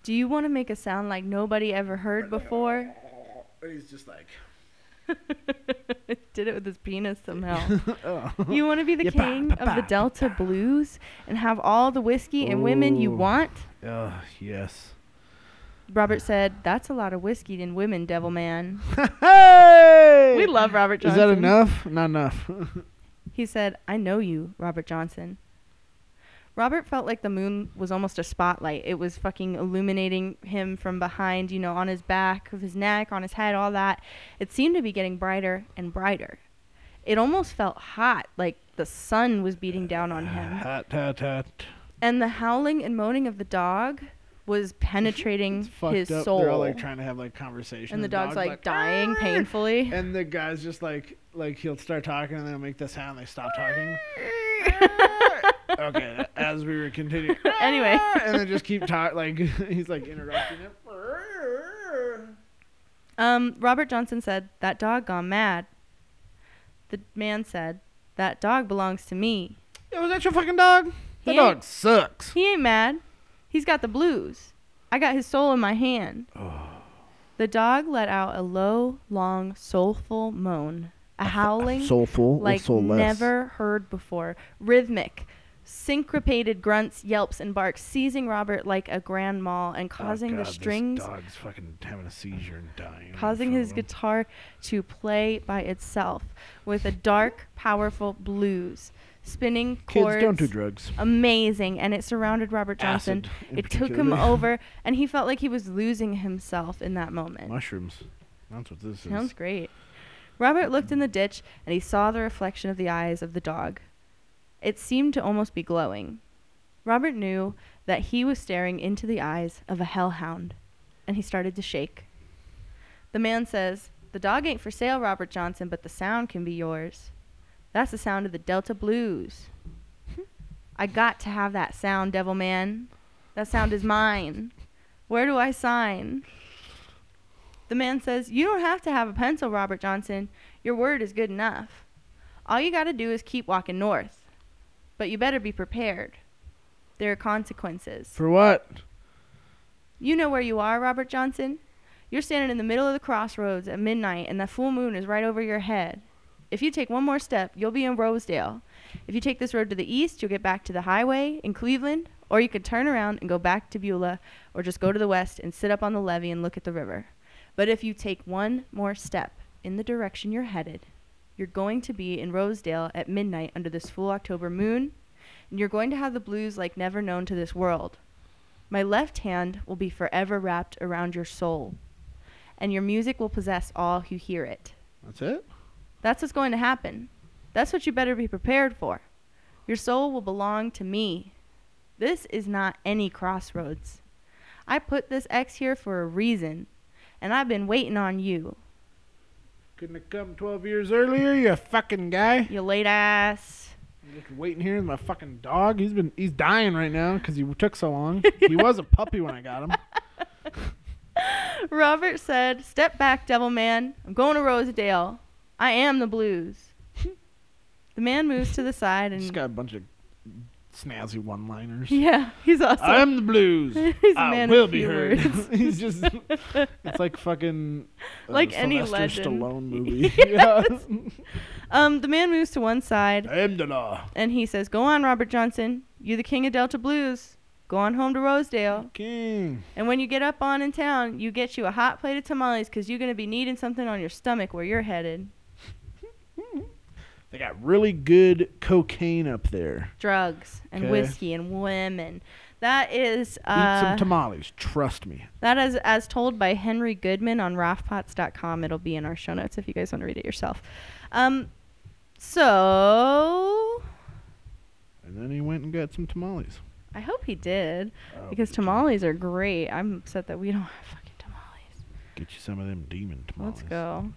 S1: Do you want to make a sound like nobody ever heard before?
S2: He's just like,
S1: Did it with his penis somehow.
S2: oh.
S1: you want to be the
S2: Yeah, bah,
S1: king
S2: bah,
S1: of the
S2: bah,
S1: Delta blues and have all the whiskey and women you
S2: Ooh.
S1: want?
S2: oh, yes.
S1: Robert said, That's a lot of whiskey and women, devil man.
S2: hey!
S1: We love Robert
S2: Is
S1: Johnson.
S2: that enough? Not enough.
S1: He said, I know you, Robert Johnson. Robert felt like the moon was almost a spotlight. It was fucking illuminating him from behind, you know, on his back, of his neck, on his head, all that. It seemed to be getting brighter and brighter. It almost felt hot, like the sun was beating down on him.
S2: hot, hot, hot.
S1: And the howling and moaning of the dog was penetrating
S2: It's fucked
S1: his
S2: up.
S1: soul.
S2: They're all like trying to have like conversation.
S1: and the dog's like,
S2: "Arr!"
S1: dying painfully.
S2: "Ah!" And the guy's just like, like he'll start talking and then make the sound. They stop talking. okay, as we were continuing.
S1: Anyway.
S2: and then just keep talking. Like he's like interrupting it.
S1: Um, Robert Johnson said, That dog gone mad. the man said, "That dog belongs to me.
S2: Yo, was that your fucking dog? That
S1: He
S2: dog
S1: ain't-
S2: sucks.
S1: He ain't mad. He's got the blues. I got his soul in my hand."
S2: Oh.
S1: The dog let out a low, long, soulful moan, a howling
S3: Soulful, or
S1: like
S3: soulless.
S2: Oh,
S1: never heard before. Rhythmic, syncopated grunts, yelps, and barks, seizing Robert like a grand mal and causing
S2: Oh, God,
S1: the
S2: this
S1: strings,
S2: dog's fucking having a seizure and dying. in
S1: causing
S2: front
S1: his
S2: of him.
S1: guitar to play by itself with a dark, powerful blues, spinning
S3: Kids
S1: chords.
S3: don't do drugs.
S1: Amazing, and it surrounded Robert Johnson.
S2: Acid in
S1: It took him
S2: particular.
S1: over, and he felt like he was losing himself in that
S2: Uh,
S1: moment.
S2: Mushrooms. That's what this is.
S1: Sounds great. Robert looked in the ditch and he saw the reflection of the eyes of the dog. It seemed to almost be glowing. Robert knew that he was staring into the eyes of a hellhound, and he started to shake. The man says, The dog ain't for sale, Robert Johnson, but the sound can be yours. That's the sound of the Delta Blues. I got to have that sound, devil man. That sound is mine. Where do I sign? The man says, You don't have to have a pencil, Robert Johnson. Your word is good enough. All you got to do is keep walking north. But you better be prepared. There are consequences.
S2: For what?
S1: You know where you are, Robert Johnson. You're standing in the middle of the crossroads at midnight, and the full moon is right over your head. If you take one more step, you'll be in Rosedale. If you take this road to the east, you'll get back to the highway in Cleveland, or you could turn around and go back to Beulah, or just go to the west and sit up on the levee and look at the river. But if you take one more step in the direction you're headed, you're going to be in Rosedale at midnight under this full October moon, and you're going to have the blues like never known to this world. My left hand will be forever wrapped around your soul, and your music will possess all who hear it.
S2: That's it?
S1: That's what's going to happen. That's what you better be prepared for. Your soul will belong to me. This is not any crossroads. I put this X here for a reason, and I've been waiting on you,
S2: Couldn't have come 12 years earlier, you fucking guy.
S1: you late ass.
S2: I'm just waiting here with my fucking dog. He's been he's dying right now because he took so long. he was a puppy when I got him.
S1: Robert said, Step back, devil man. I'm going to Rosedale. I am the blues. the man moves to the side
S2: He's
S1: and.
S2: got a bunch of snazzy one-liners.
S1: Yeah, he's awesome.
S2: I'm the blues.
S1: He's a
S2: I
S1: man of
S2: will be
S1: few
S2: heard.
S1: words.
S2: he's just it's like fucking uh,
S1: Like any
S2: Sylvester
S1: legend.
S2: Stallone movie. Yeah.
S1: Um, the man moves to one side
S2: I am the law.
S1: and he says, "Go on, Robert Johnson. You're the king of Delta blues. Go on home to Rosedale,
S2: King.
S1: and when you get up on in town, you get you a hot plate of tamales, 'cause you're gonna be needing something on your stomach where you're headed.
S2: They got really good cocaine up there.
S1: Drugs and
S2: 'Kay.
S1: whiskey and women. That is
S2: Eat
S1: uh,
S2: some tamales. Trust me.
S1: that is as told by Henry Goodman on Rothpots.com. It'll be in our show notes if you guys want to read it yourself. Um, so
S2: And then he went and got some tamales.
S1: I hope he did.
S2: Oh,
S1: Because
S2: get you-
S1: tamales are great. I'm upset that we don't have fucking tamales.
S2: Get you some of them demon tamales.
S1: Let's go.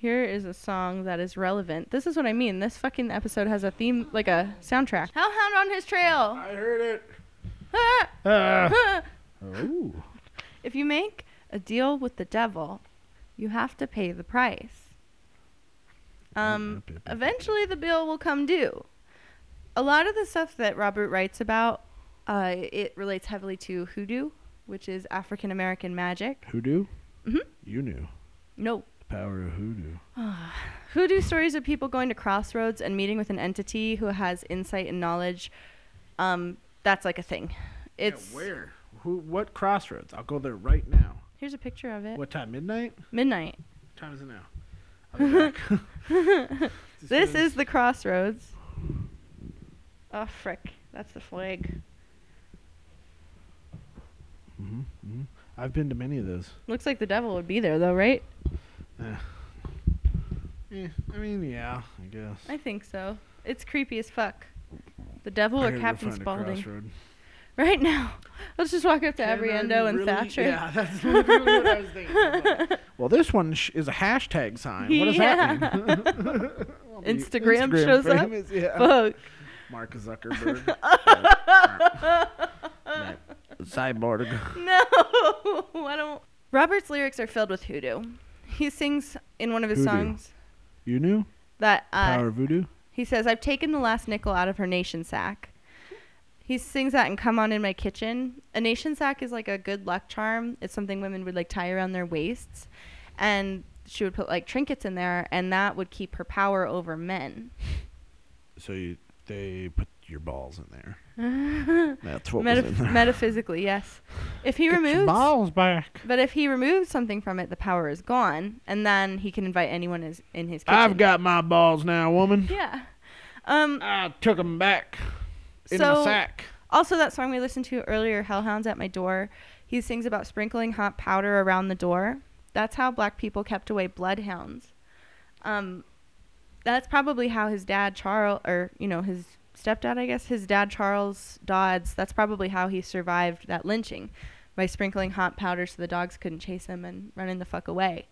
S1: Here is a song that is relevant. This is what I mean. This fucking episode has a theme, like a soundtrack. Hellhound on his trail.
S2: I heard it.
S1: Ah,
S2: Uh,
S1: ah.
S2: oh.
S1: if you make a deal with the devil, you have to pay the price. Um, eventually, the bill will come due. A lot of the stuff that Robert writes about, uh, it relates heavily to hoodoo, which is African American magic.
S2: Hoodoo?
S1: Mhm.
S2: You knew.
S1: No,
S2: The power of hoodoo.
S1: Hoodoo stories of people going to crossroads and meeting with an entity who has insight and knowledge. Um, that's like a thing. It's
S2: where? Who? What crossroads? I'll go there right now.
S1: here's a picture of it.
S2: What time? Midnight?
S1: Midnight.
S2: What time is it now? I'll be back. Just
S1: This
S2: gonna-
S1: is the crossroads. Oh frick, that's the flag.
S2: Mhm, mhm. I've been to many of those.
S1: Looks like the devil would be there though, right?
S2: Eh, I mean, yeah, I guess.
S1: I think so. It's creepy as fuck. The devil
S2: I
S1: or
S2: gotta go
S1: Captain
S2: find a
S1: Spaulding.
S2: crossroad.
S1: Right now. Let's just walk up to
S2: Can I
S1: Abriendo and
S2: really-
S1: Thatcher.
S2: Yeah, that's literally what I was thinking. I was like, well, this one sh- is a hashtag sign. What is
S1: Yeah.
S2: happening? Well, the
S1: Instagram shows up.
S2: fame is- yeah.
S1: Fuck.
S2: Mark Zuckerberg. Right. Cyborg.
S1: No, I don't. Robert's lyrics are filled with hoodoo. He sings in one of his
S2: Hoodoo.
S1: songs.
S2: You knew?
S1: that uh,
S2: Power of Voodoo.
S1: he says, I've taken the last nickel out of her nation sack. He sings that and come on in my kitchen. A nation sack is like a good luck charm. It's something women would like tie around their waists. And she would put like trinkets in there and that would keep her power over men.
S2: So you, they put your balls in there. That's what was in
S1: Metaph-
S2: there.
S1: metaphysically, yes. If he
S2: Get your
S1: removes
S2: balls back.
S1: but if he removes something from it, the power is gone, and then he can invite anyone is in his kitchen.
S2: I've got my balls now, woman.
S1: Yeah. Um
S2: I took them back in my
S1: so
S2: sack.
S1: Also, that song we listened to earlier, Hellhounds at My Door, he sings about sprinkling hot powder around the door. That's how black people kept away bloodhounds. Um, that's probably how his dad, Charles, or, you know, his stepdad, I guess, his dad, Charles Dodds, that's probably how he survived that lynching by sprinkling hot powder so the dogs couldn't chase him and running the fuck away.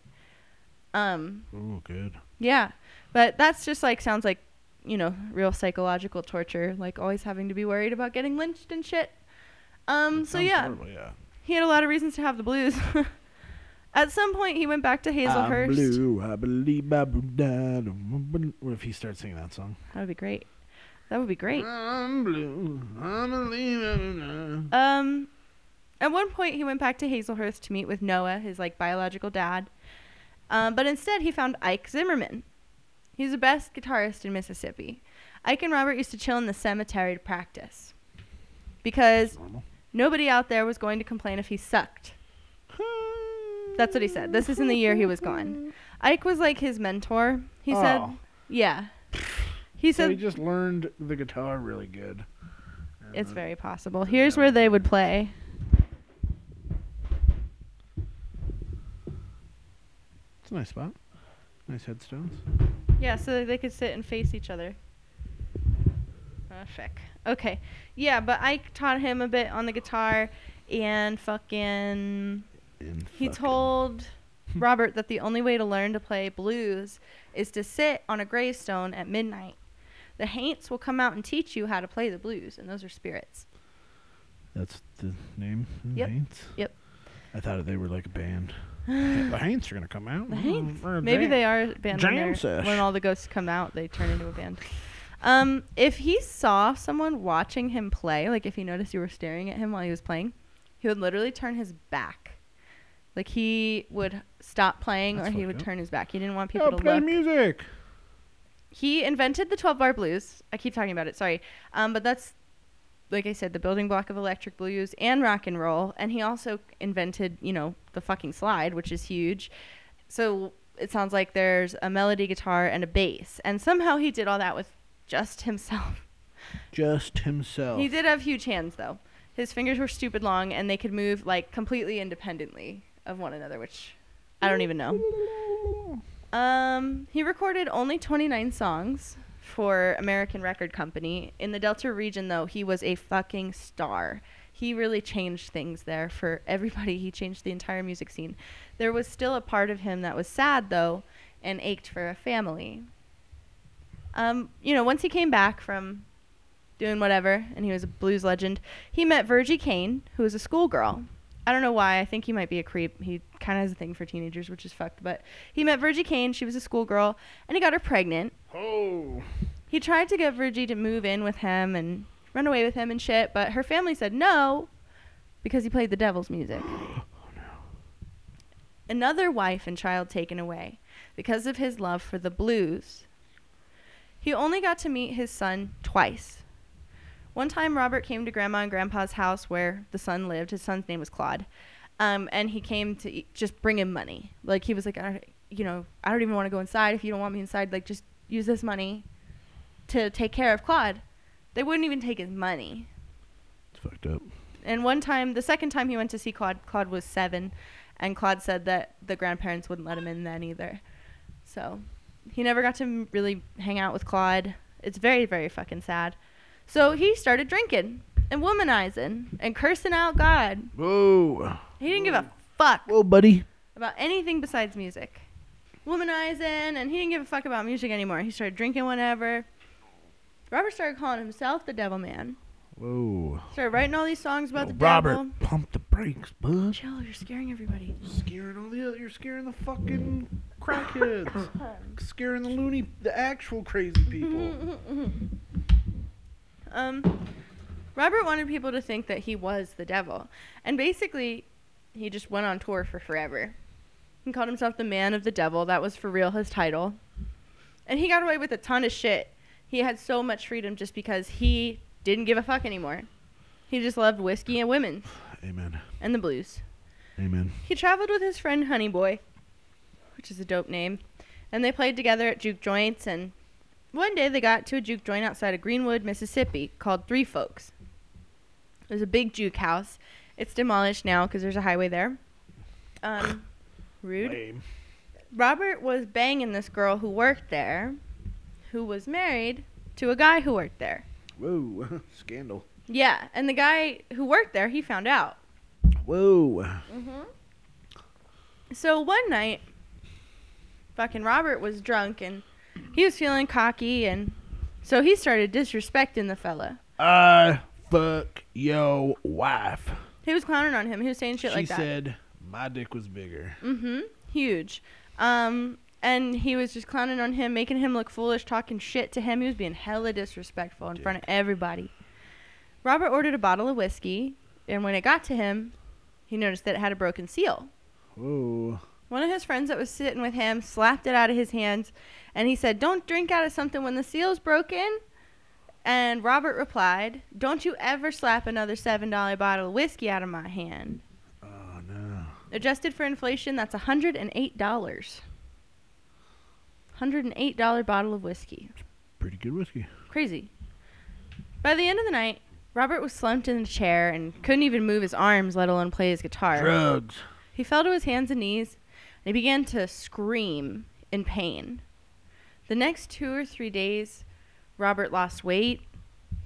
S1: Um,
S2: Ooh, good.
S1: yeah, but that's just like sounds like you know real psychological torture, like always having to be worried about getting lynched and shit. Um,
S2: That
S1: so
S2: sounds
S1: yeah,
S2: horrible, yeah.
S1: he had a lot of reasons to have the blues. At some point, he went back to
S2: I'm
S1: Hazelhurst.
S2: blue. I believe I will die. What if he starts singing that song?
S1: That would be great. That would be great.
S2: I'm blue. I believe I will die.
S1: Um, at one point, he went back to Hazelhurst to meet with Noah, his like biological dad. Um, but instead, he found Ike Zimmerman. He's the best guitarist in Mississippi. Ike and Robert used to chill in the cemetery to practice because
S2: Normal.
S1: nobody out there was going to complain if he sucked. That's what he said. This is in the year he was gone. Ike was like his mentor. He said,
S2: Oh,
S1: "Yeah." He
S2: so
S1: said,
S2: he just learned the guitar really good. And
S1: It's
S2: then-
S1: very possible. Here's where they would play.
S2: It's a nice spot. Nice headstones.
S1: Yeah, so they could sit and face each other. Oh, feck. Okay. Yeah, but Ike taught him a bit on the guitar and fucking.
S2: And
S1: He
S2: fucking-
S1: told Robert that the only way to learn to play blues is to sit on a gravestone at midnight. The Haints will come out and teach you how to play the blues, and those are spirits.
S2: That's the name. The
S1: Yep.
S2: Haints?
S1: Yep.
S2: I thought they were like a band. Yeah, the Haints are gonna come out.
S1: The
S2: Mm,
S1: Haints.
S2: we're a
S1: Maybe
S2: jam.
S1: they are a band when,
S2: Jam
S1: they're-
S2: sesh.
S1: when all the ghosts come out, they turn into a band. Um, if he saw someone watching him play, like if he noticed you were staring at him while he was playing, he would literally turn his back. Like he would stop playing
S2: That's
S1: or he
S2: fucked
S1: would
S2: up.
S1: turn his back. He didn't want people
S2: Oh,
S1: to
S2: play
S1: look.
S2: music.
S1: He invented the 12 bar blues. I keep talking about it, sorry. Um, but that's, like I said, the building block of electric blues and rock and roll. And he also invented, you know, the fucking slide, which is huge. So it sounds like there's a melody guitar and a bass. And somehow he did all that with just himself.
S2: Just himself.
S1: He did have huge hands, though. His fingers were stupid long and they could move, like, completely independently of one another, which I don't even know. Um, he recorded only 29 songs for American Record Company. In the Delta region, though, he was a fucking star. He really changed things there for everybody. He changed the entire music scene. There was still a part of him that was sad, though, and ached for a family. Um, you know, once he came back from doing whatever, and he was a blues legend, he met Virgie Kane, who was a schoolgirl. I don't know why. I think he might be a creep. He kind of has a thing for teenagers, which is fucked. But he met Virgie Kane. She was a schoolgirl, and he got her pregnant.
S2: Oh.
S1: He tried to get Virgie to move in with him and run away with him and shit, but her family said no because he played the devil's music.
S2: Oh,
S1: Another wife and child taken away because of his love for the blues. He only got to meet his son twice. One time, Robert came to Grandma and Grandpa's house where the son lived. His son's name was Claude. Um, and he came to e- just bring him money. Like, he was like, I don't, you know, I don't even want to go inside. If you don't want me inside, like, just use this money to take care of Claude. They wouldn't even take his money.
S2: It's fucked up.
S1: And one time, the second time he went to see Claude, Claude was seven, and Claude said that the grandparents wouldn't let him in then either. So he never got to m- really hang out with Claude. It's very, very fucking sad. So he started drinking and womanizing and cursing out God.
S2: Whoa.
S1: He didn't give a fuck
S2: Whoa, buddy.
S1: about anything besides music. Womanizing, and he didn't give a fuck about music anymore. He started drinking whenever. Robert started calling himself the devil man.
S2: Whoa.
S1: Started writing all these songs about
S2: Yo,
S1: the
S2: Robert,
S1: devil.
S2: pump the brakes, bud.
S1: Chill, you're scaring everybody.
S2: Scaring all the you're scaring the fucking crackheads. scaring the loony, the actual crazy people.
S1: um, Robert wanted people to think that he was the devil, and basically, he just went on tour for forever. He called himself the Man of the Devil. That was for real his title, and he got away with a ton of shit. He had so much freedom just because he didn't give a fuck anymore. He just loved whiskey and women
S2: Amen.
S1: and the blues.
S2: Amen.
S1: He traveled with his friend Honey Boy, which is a dope name, and they played together at juke joints. And one day they got to a juke joint outside of Greenwood, Mississippi, called Three Folks. It was a big juke house. It's demolished now because there's a highway there. Um, rude.
S2: Lame.
S1: Robert was banging this girl who worked there, who was married to a guy who worked there.
S2: Whoa. Scandal.
S1: Yeah, and the guy who worked there, he found out.
S2: Whoa.
S1: Mm-hmm. So one night, fucking Robert was drunk and he was feeling cocky, and so he started disrespecting the fella.
S2: I fuck yo wife.
S1: He was clowning on him. He was saying shit
S2: she
S1: like that.
S2: said my dick was bigger.
S1: mm-hmm. Huge. Um, and he was just clowning on him, making him look foolish, talking shit to him. He was being hella disrespectful in front of everybody. Robert ordered a bottle of whiskey, and when it got to him, he noticed that it had a broken seal.
S2: Whoa.
S1: One of his friends that was sitting with him slapped it out of his hands and he said, Don't drink out of something when the seal's broken. And Robert replied, Don't you ever slap another $7 bottle of whiskey out of my hand.
S2: Oh no.
S1: Adjusted for inflation, that's $108. $108 bottle of whiskey.
S2: Pretty good whiskey.
S1: Crazy. By the end of the night, Robert was slumped in a chair and couldn't even move his arms, let alone play his guitar.
S2: Drugs.
S1: He fell to his hands and knees and he began to scream in pain. The next two or three days, Robert lost weight.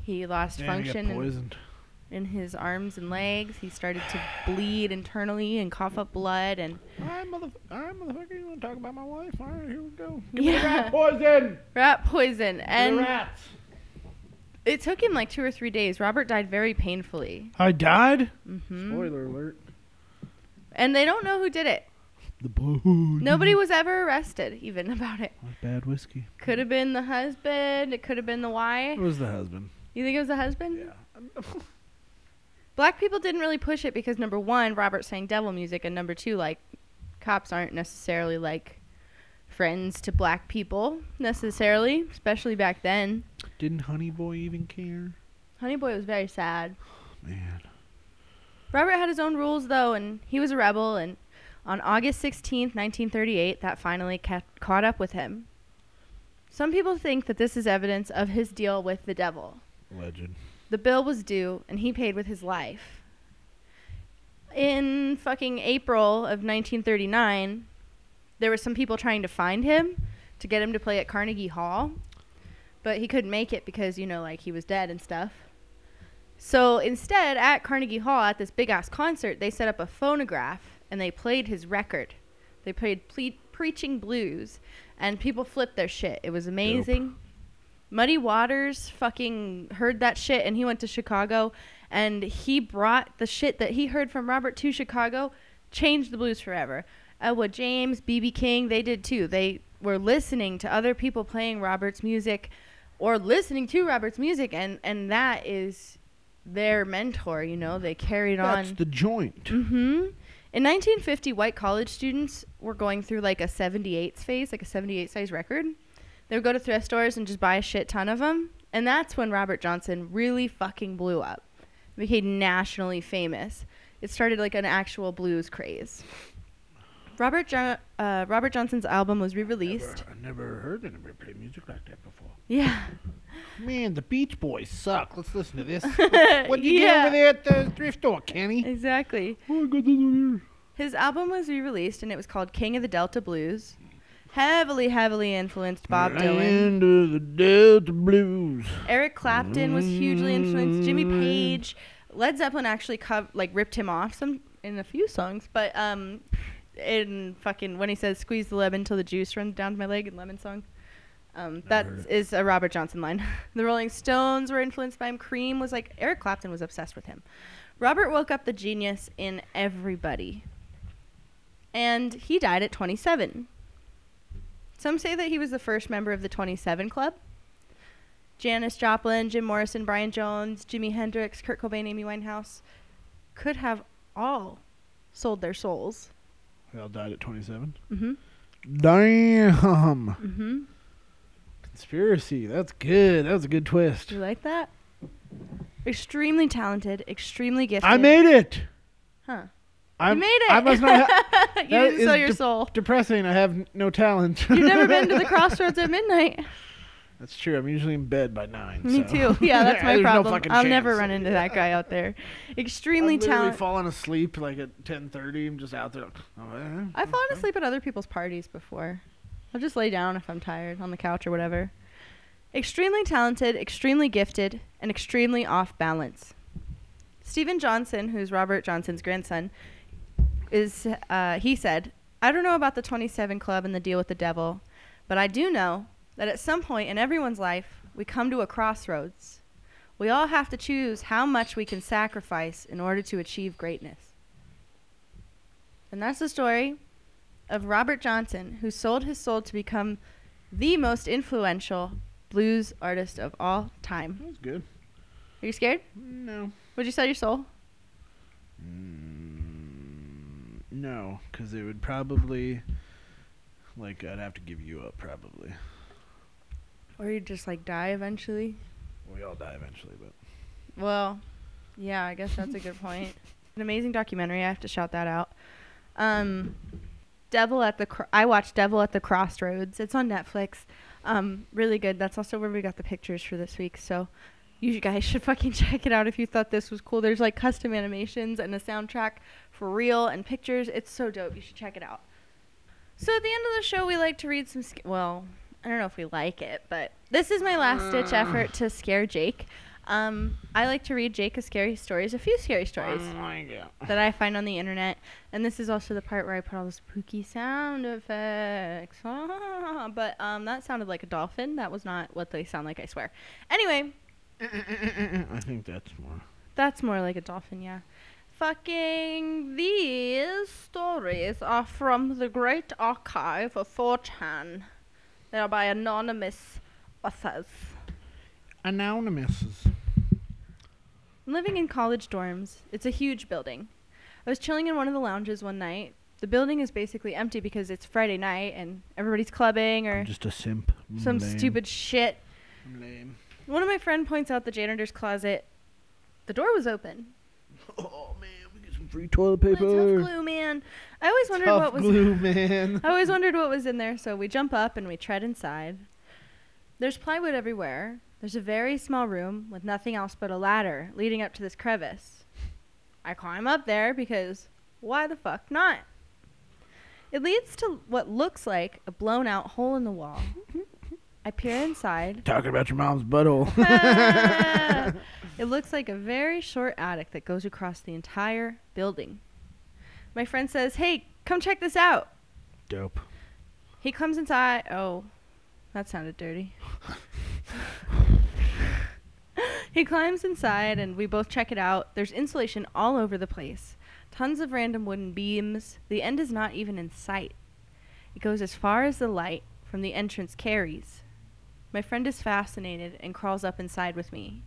S1: He lost
S2: Damn, he got
S1: function in,
S2: poisoned.
S1: in his arms and legs. He started to bleed internally and cough up blood. And
S2: All right, motherf- all right, motherfucker. You want to talk about my wife? All right, here we go.
S1: yeah,
S2: Poison.
S1: rat poison. And
S2: rats.
S1: it took him like two or three days. Robert died very painfully.
S2: I died.
S1: hmm
S2: Spoiler alert.
S1: And they don't know who did it.
S2: The boy.
S1: Nobody was ever arrested, even about it.
S2: Bad whiskey.
S1: Could have been the husband. It could have been the wife.
S2: It was the husband.
S1: You think it was the husband?
S2: Yeah.
S1: black people didn't really push it because number one, Robert sang devil music, and number two, like cops aren't necessarily like friends to black people necessarily, especially back then.
S2: Didn't Honey Boy even care?
S1: Honey Boy was very sad.
S2: Man.
S1: Robert had his own rules though, and he was a rebel. And on August 16th, 1938, that finally ca- caught up with him. Some people think that this is evidence of his deal with the devil.
S2: Legend.
S1: The bill was due, and he paid with his life. In fucking April of 1939, there were some people trying to find him to get him to play at Carnegie Hall, but he couldn't make it because, you know, like he was dead and stuff. So instead, at Carnegie Hall, at this big ass concert, they set up a phonograph and they played his record. They played ple- Preaching Blues, and people flipped their shit. It was amazing. Muddy Waters fucking heard that shit and he went to Chicago and he brought the shit that he heard from Robert to Chicago, changed the blues forever. Elwood James, B.B. King, they did too. They were listening to other people playing Robert's music or listening to Robert's music and, and that is their mentor, you know. They carried
S2: That's
S1: on.
S2: the joint.
S1: hmm In 1950, white college students were going through like a 78 phase, like a 78 size record. They would go to thrift stores and just buy a shit ton of them. And that's when Robert Johnson really fucking blew up, became nationally famous. It started like an actual blues craze. Robert, jo- uh, Robert Johnson's album was re released.
S2: Never, I never heard anybody play music like that before.
S1: Yeah.
S2: Man, the Beach Boys suck. Let's listen to this. What'd you do
S1: Yeah.
S2: over there at the thrift store, Kenny?
S1: Exactly.
S2: Oh, I got this over here.
S1: His album was re released and it was called King of the Delta Blues. Heavily, heavily influenced Bob Dylan.
S2: Land of the Delta Blues.
S1: Eric Clapton was hugely influenced. Jimmy Page, Led Zeppelin actually cov- like ripped him off some in a few songs, but um, in fucking when he says "squeeze the lemon till the juice runs down my leg" in Lemon Song, um, that
S2: heard it.
S1: is a Robert Johnson line. the Rolling Stones were influenced by him. Cream was like Eric Clapton was obsessed with him. Robert woke up the genius in everybody. And he died at 27. Some say that he was the first member of the 27 Club. Janis Joplin, Jim Morrison, Brian Jones, Jimi Hendrix, Kurt Cobain, Amy Winehouse could have all sold their souls.
S2: They all died at 27.
S1: Mm-hmm.
S2: Damn.
S1: Mm-hmm.
S2: Conspiracy. That's good. That was a good twist.
S1: Do you like that? Extremely talented, extremely gifted.
S2: I made it.
S1: Huh.
S2: I
S1: you made it.
S2: I must not. Ha-
S1: you
S2: that
S1: didn't sell
S2: is
S1: your
S2: dep-
S1: soul.
S2: depressing. I have n- no talent.
S1: You've never been to the crossroads at midnight.
S2: That's true. I'm usually in bed by nine.
S1: Me
S2: so.
S1: too. Yeah, that's my
S2: There's no
S1: problem.
S2: fucking
S1: I'll never
S2: chance.
S1: run into that guy out there.
S2: I'm
S1: Extremely
S2: literally
S1: talented.
S2: falling asleep like at 10:30. I'm just out there. like, Oh, eh,
S1: I've fallen
S2: okay.
S1: asleep at other people's parties before. I'll just lay down if I'm tired on the couch or whatever. Extremely talented, extremely gifted, and extremely off balance. Stephen Johnson, who's Robert Johnson's grandson, is uh, he said, "I don't know about the 27 Club and the deal with the devil, but I do know that at some point in everyone's life we come to a crossroads. We all have to choose how much we can sacrifice in order to achieve greatness." And that's the story of Robert Johnson, who sold his soul to become the most influential blues artist of all time.
S2: That was good.
S1: Are you scared?
S2: No.
S1: Would you sell your soul?
S2: Mm, no, because it would probably, like, I'd have to give you up probably.
S1: Or you'd just like die eventually?
S2: We all die eventually, but
S1: Well, yeah, I guess that's a good point. An amazing documentary. I have to shout that out. Um, Devil at the Cro- I watched Devil at the Crossroads. It's on Netflix. Um, really good. That's also where we got the pictures for this week. So you guys should fucking check it out if you thought this was cool. There's like custom animations and a soundtrack for real and pictures. It's so dope. You should check it out. So at the end of the show, we like to read some. Sc- well, I don't know if we like it, but this is my last ditch effort to scare Jake. Um, I like to read Jake a scary stories, a few scary stories
S2: Oh
S1: that I find on the internet. And this is also the part where I put all the spooky sound effects. Ah, but um, that sounded like a dolphin. That was not what they sound like, I swear. Anyway,
S2: I think that's more.
S1: that's more like a dolphin, yeah. Fucking these stories are from the Great Archive of 4chan. They are by anonymous authors.
S2: Anonymous.
S1: I'm living in college dorms. It's a huge building. I was chilling in one of the lounges one night. The building is basically empty because it's Friday night and everybody's clubbing or
S2: just a simp. I'm
S1: some
S2: lame.
S1: stupid shit.
S2: I'm lame.
S1: One of my friend points out the janitor's closet. The door was open.
S2: Oh man, we get some free toilet
S1: Well, Tough
S2: paper.
S1: glue, man. I always wondered
S2: Tough
S1: what was
S2: glue, man.
S1: I always wondered what was in there, so we jump up and we tread inside. There's plywood everywhere. There's a very small room with nothing else but a ladder leading up to this crevice. I climb up there because why the fuck not? It leads to what looks like a blown out hole in the wall. I peer inside.
S2: Hmm? Talking about your mom's butthole.
S1: Ah! it looks like a very short attic that goes across the entire building. My friend says, Hey, come check this out.
S2: Dope.
S1: He comes inside. Oh, that sounded dirty. he climbs inside, and we both check it out. There's insulation all over the place, tons of random wooden beams. The end is not even in sight. It goes as far as the light from the entrance carries. My friend is fascinated and crawls up inside with me.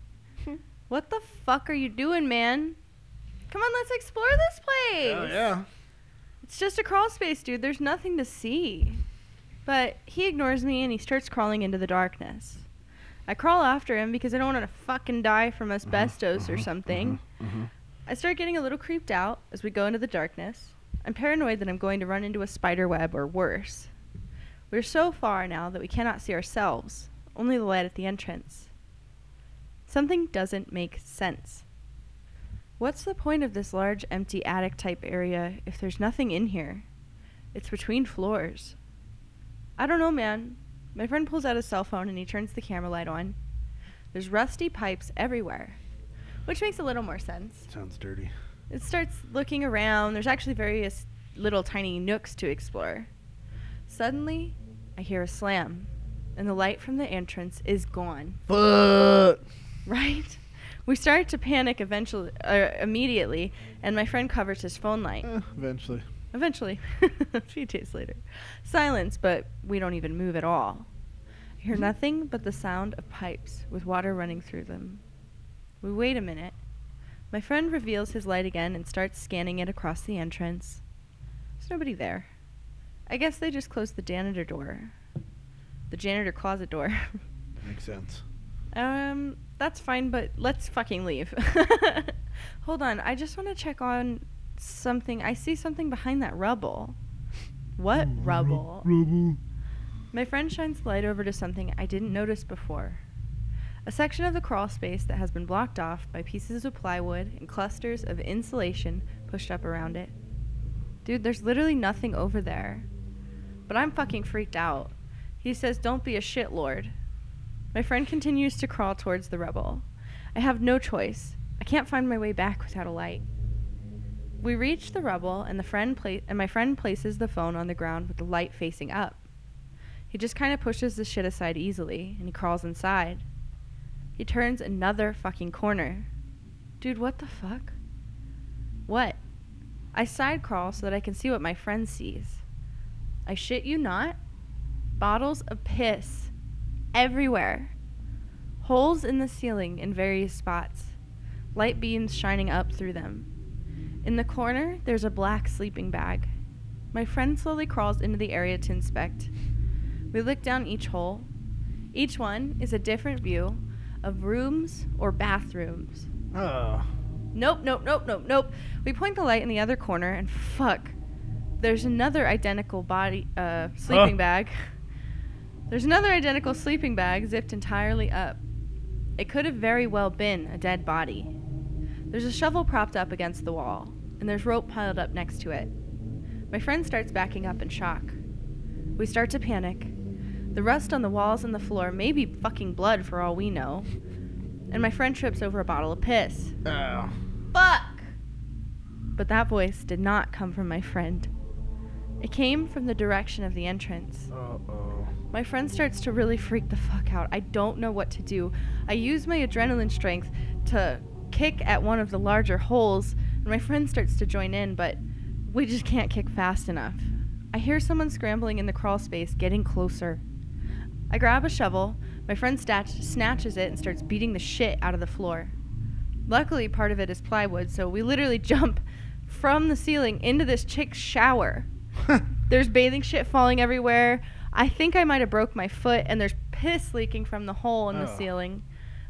S1: what the fuck are you doing, man? Come on, let's explore this place.
S2: Oh yeah.
S1: It's just a crawl space, dude. There's nothing to see. But he ignores me and he starts crawling into the darkness. I crawl after him because I don't want to fucking die from asbestos
S2: Mm-hmm.
S1: or something.
S2: mhm.
S1: I start getting a little creeped out as we go into the darkness. I'm paranoid that I'm going to run into a spider web or worse. We're so far now that we cannot see ourselves, only the light at the entrance. Something doesn't make sense. What's the point of this large empty attic type area if there's nothing in here? It's between floors. I don't know, man. My friend pulls out his cell phone and he turns the camera light on. There's rusty pipes everywhere, which makes a little more sense.
S2: Sounds dirty.
S1: It starts looking around. There's actually various little tiny nooks to explore. Suddenly, I hear a slam, and the light from the entrance is gone.
S2: Fuck.
S1: Right? We started to panic eventually, uh, immediately, and my friend covers his phone line.
S2: Eh, eventually.
S1: Eventually, a few days later. Silence, but we don't even move at all. I hear nothing but the sound of pipes with water running through them. We wait a minute. My friend reveals his light again and starts scanning it across the entrance. There's nobody there. I guess they just closed the janitor door. The janitor closet door.
S2: Makes sense.
S1: Um, that's fine, but let's fucking leave. Hold on, I just want to check on something. I see something behind that rubble. What rubble?
S2: Mm, Rubble.
S1: My friend shines light over to something I didn't notice before. A section of the crawl space that has been blocked off by pieces of plywood and clusters of insulation pushed up around it. Dude, there's literally nothing over there. But I'm fucking freaked out. He says, Don't be a shit lord. My friend continues to crawl towards the rubble. I have no choice. I can't find my way back without a light. We reach the rubble, and the friend pla- and my friend places the phone on the ground with the light facing up. He just kind of pushes the shit aside easily, and he crawls inside. He turns another fucking corner. Dude, what the fuck? What? I side crawl so that I can see what my friend sees. I shit you not. Bottles of piss everywhere. Holes in the ceiling in various spots, light beams shining up through them. In the corner, there's a black sleeping bag. My friend slowly crawls into the area to inspect. We look down each hole. Each one is a different view of rooms or bathrooms.
S2: Oh.
S1: Nope, nope, nope, nope, nope. We point the light in the other corner, and fuck, there's another identical body uh, sleeping
S2: Huh.
S1: bag. There's another identical sleeping bag zipped entirely up. It could have very well been a dead body. There's a shovel propped up against the wall, and there's rope piled up next to it. My friend starts backing up in shock. We start to panic. The rust on the walls and the floor may be fucking blood for all we know. And my friend trips over a bottle of piss.
S2: Oh.
S1: Fuck! But that voice did not come from my friend. It came from the direction of the entrance.
S2: Uh-oh.
S1: My friend starts to really freak the fuck out. I don't know what to do. I use my adrenaline strength to kick at one of the larger holes, and my friend starts to join in, but we just can't kick fast enough. I hear someone scrambling in the crawl space, getting closer. I grab a shovel. My friend snatch- snatches it and starts beating the shit out of the floor. Luckily, part of it is plywood, so we literally jump from the ceiling into this chick's shower. There's bathing shit falling everywhere. I think I might have broke my foot, and there's piss leaking from the hole in the
S2: Oh.
S1: ceiling.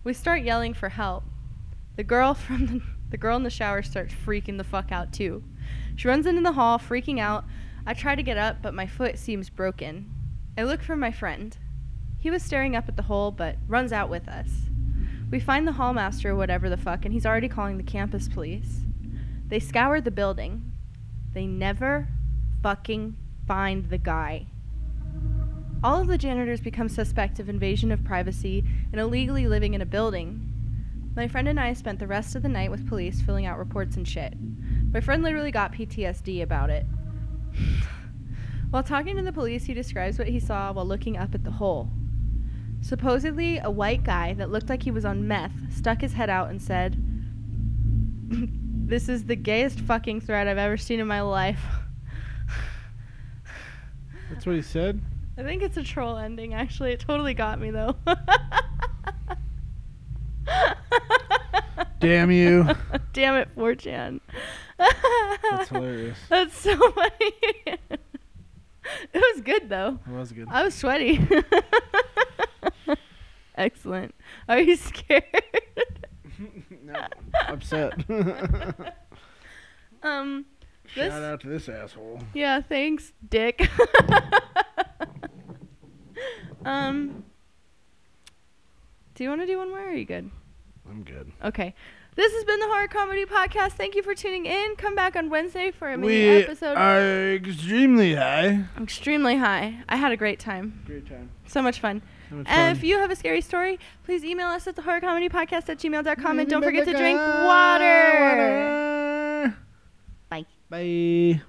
S1: We start yelling for help. The girl from the, the girl in the shower starts freaking the fuck out too. She runs into the hall, freaking out. I try to get up, but my foot seems broken. I look for my friend. He was staring up at the hole, but runs out with us. We find the hall master, or whatever the fuck, and he's already calling the campus police. They scour the building. They never fucking find the guy. All of the janitors become suspect of invasion of privacy and illegally living in a building. My friend and I spent the rest of the night with police filling out reports and shit. My friend literally got PTSD about it. while talking to the police, he describes what he saw while looking up at the hole. Supposedly, a white guy that looked like he was on meth stuck his head out and said, This is the gayest fucking threat I've ever seen in my life.
S2: That's what he said?
S1: I think it's a troll ending, actually. It totally got me, though.
S2: Damn you.
S1: Damn it, 4chan.
S2: That's hilarious.
S1: That's so funny. it was good, though.
S2: That was good.
S1: I was sweaty. Excellent. Are you scared?
S2: no. Upset.
S1: um, This-
S2: Shout out to this asshole.
S1: yeah, thanks, dick. um, do you want to do one more or are you good?
S2: I'm good.
S1: Okay. This has been the Horror Comedy Podcast. Thank you for tuning in. Come back on Wednesday for a mini
S2: we
S1: episode.
S2: are extremely high.
S1: Extremely high. I had a great time.
S2: Great time.
S1: So much fun.
S2: fun.
S1: If you have a scary story, please email us at the horror comedy podcast at gmail.com and don't forget to drink water.
S2: Water.
S1: Bye.
S2: Bye.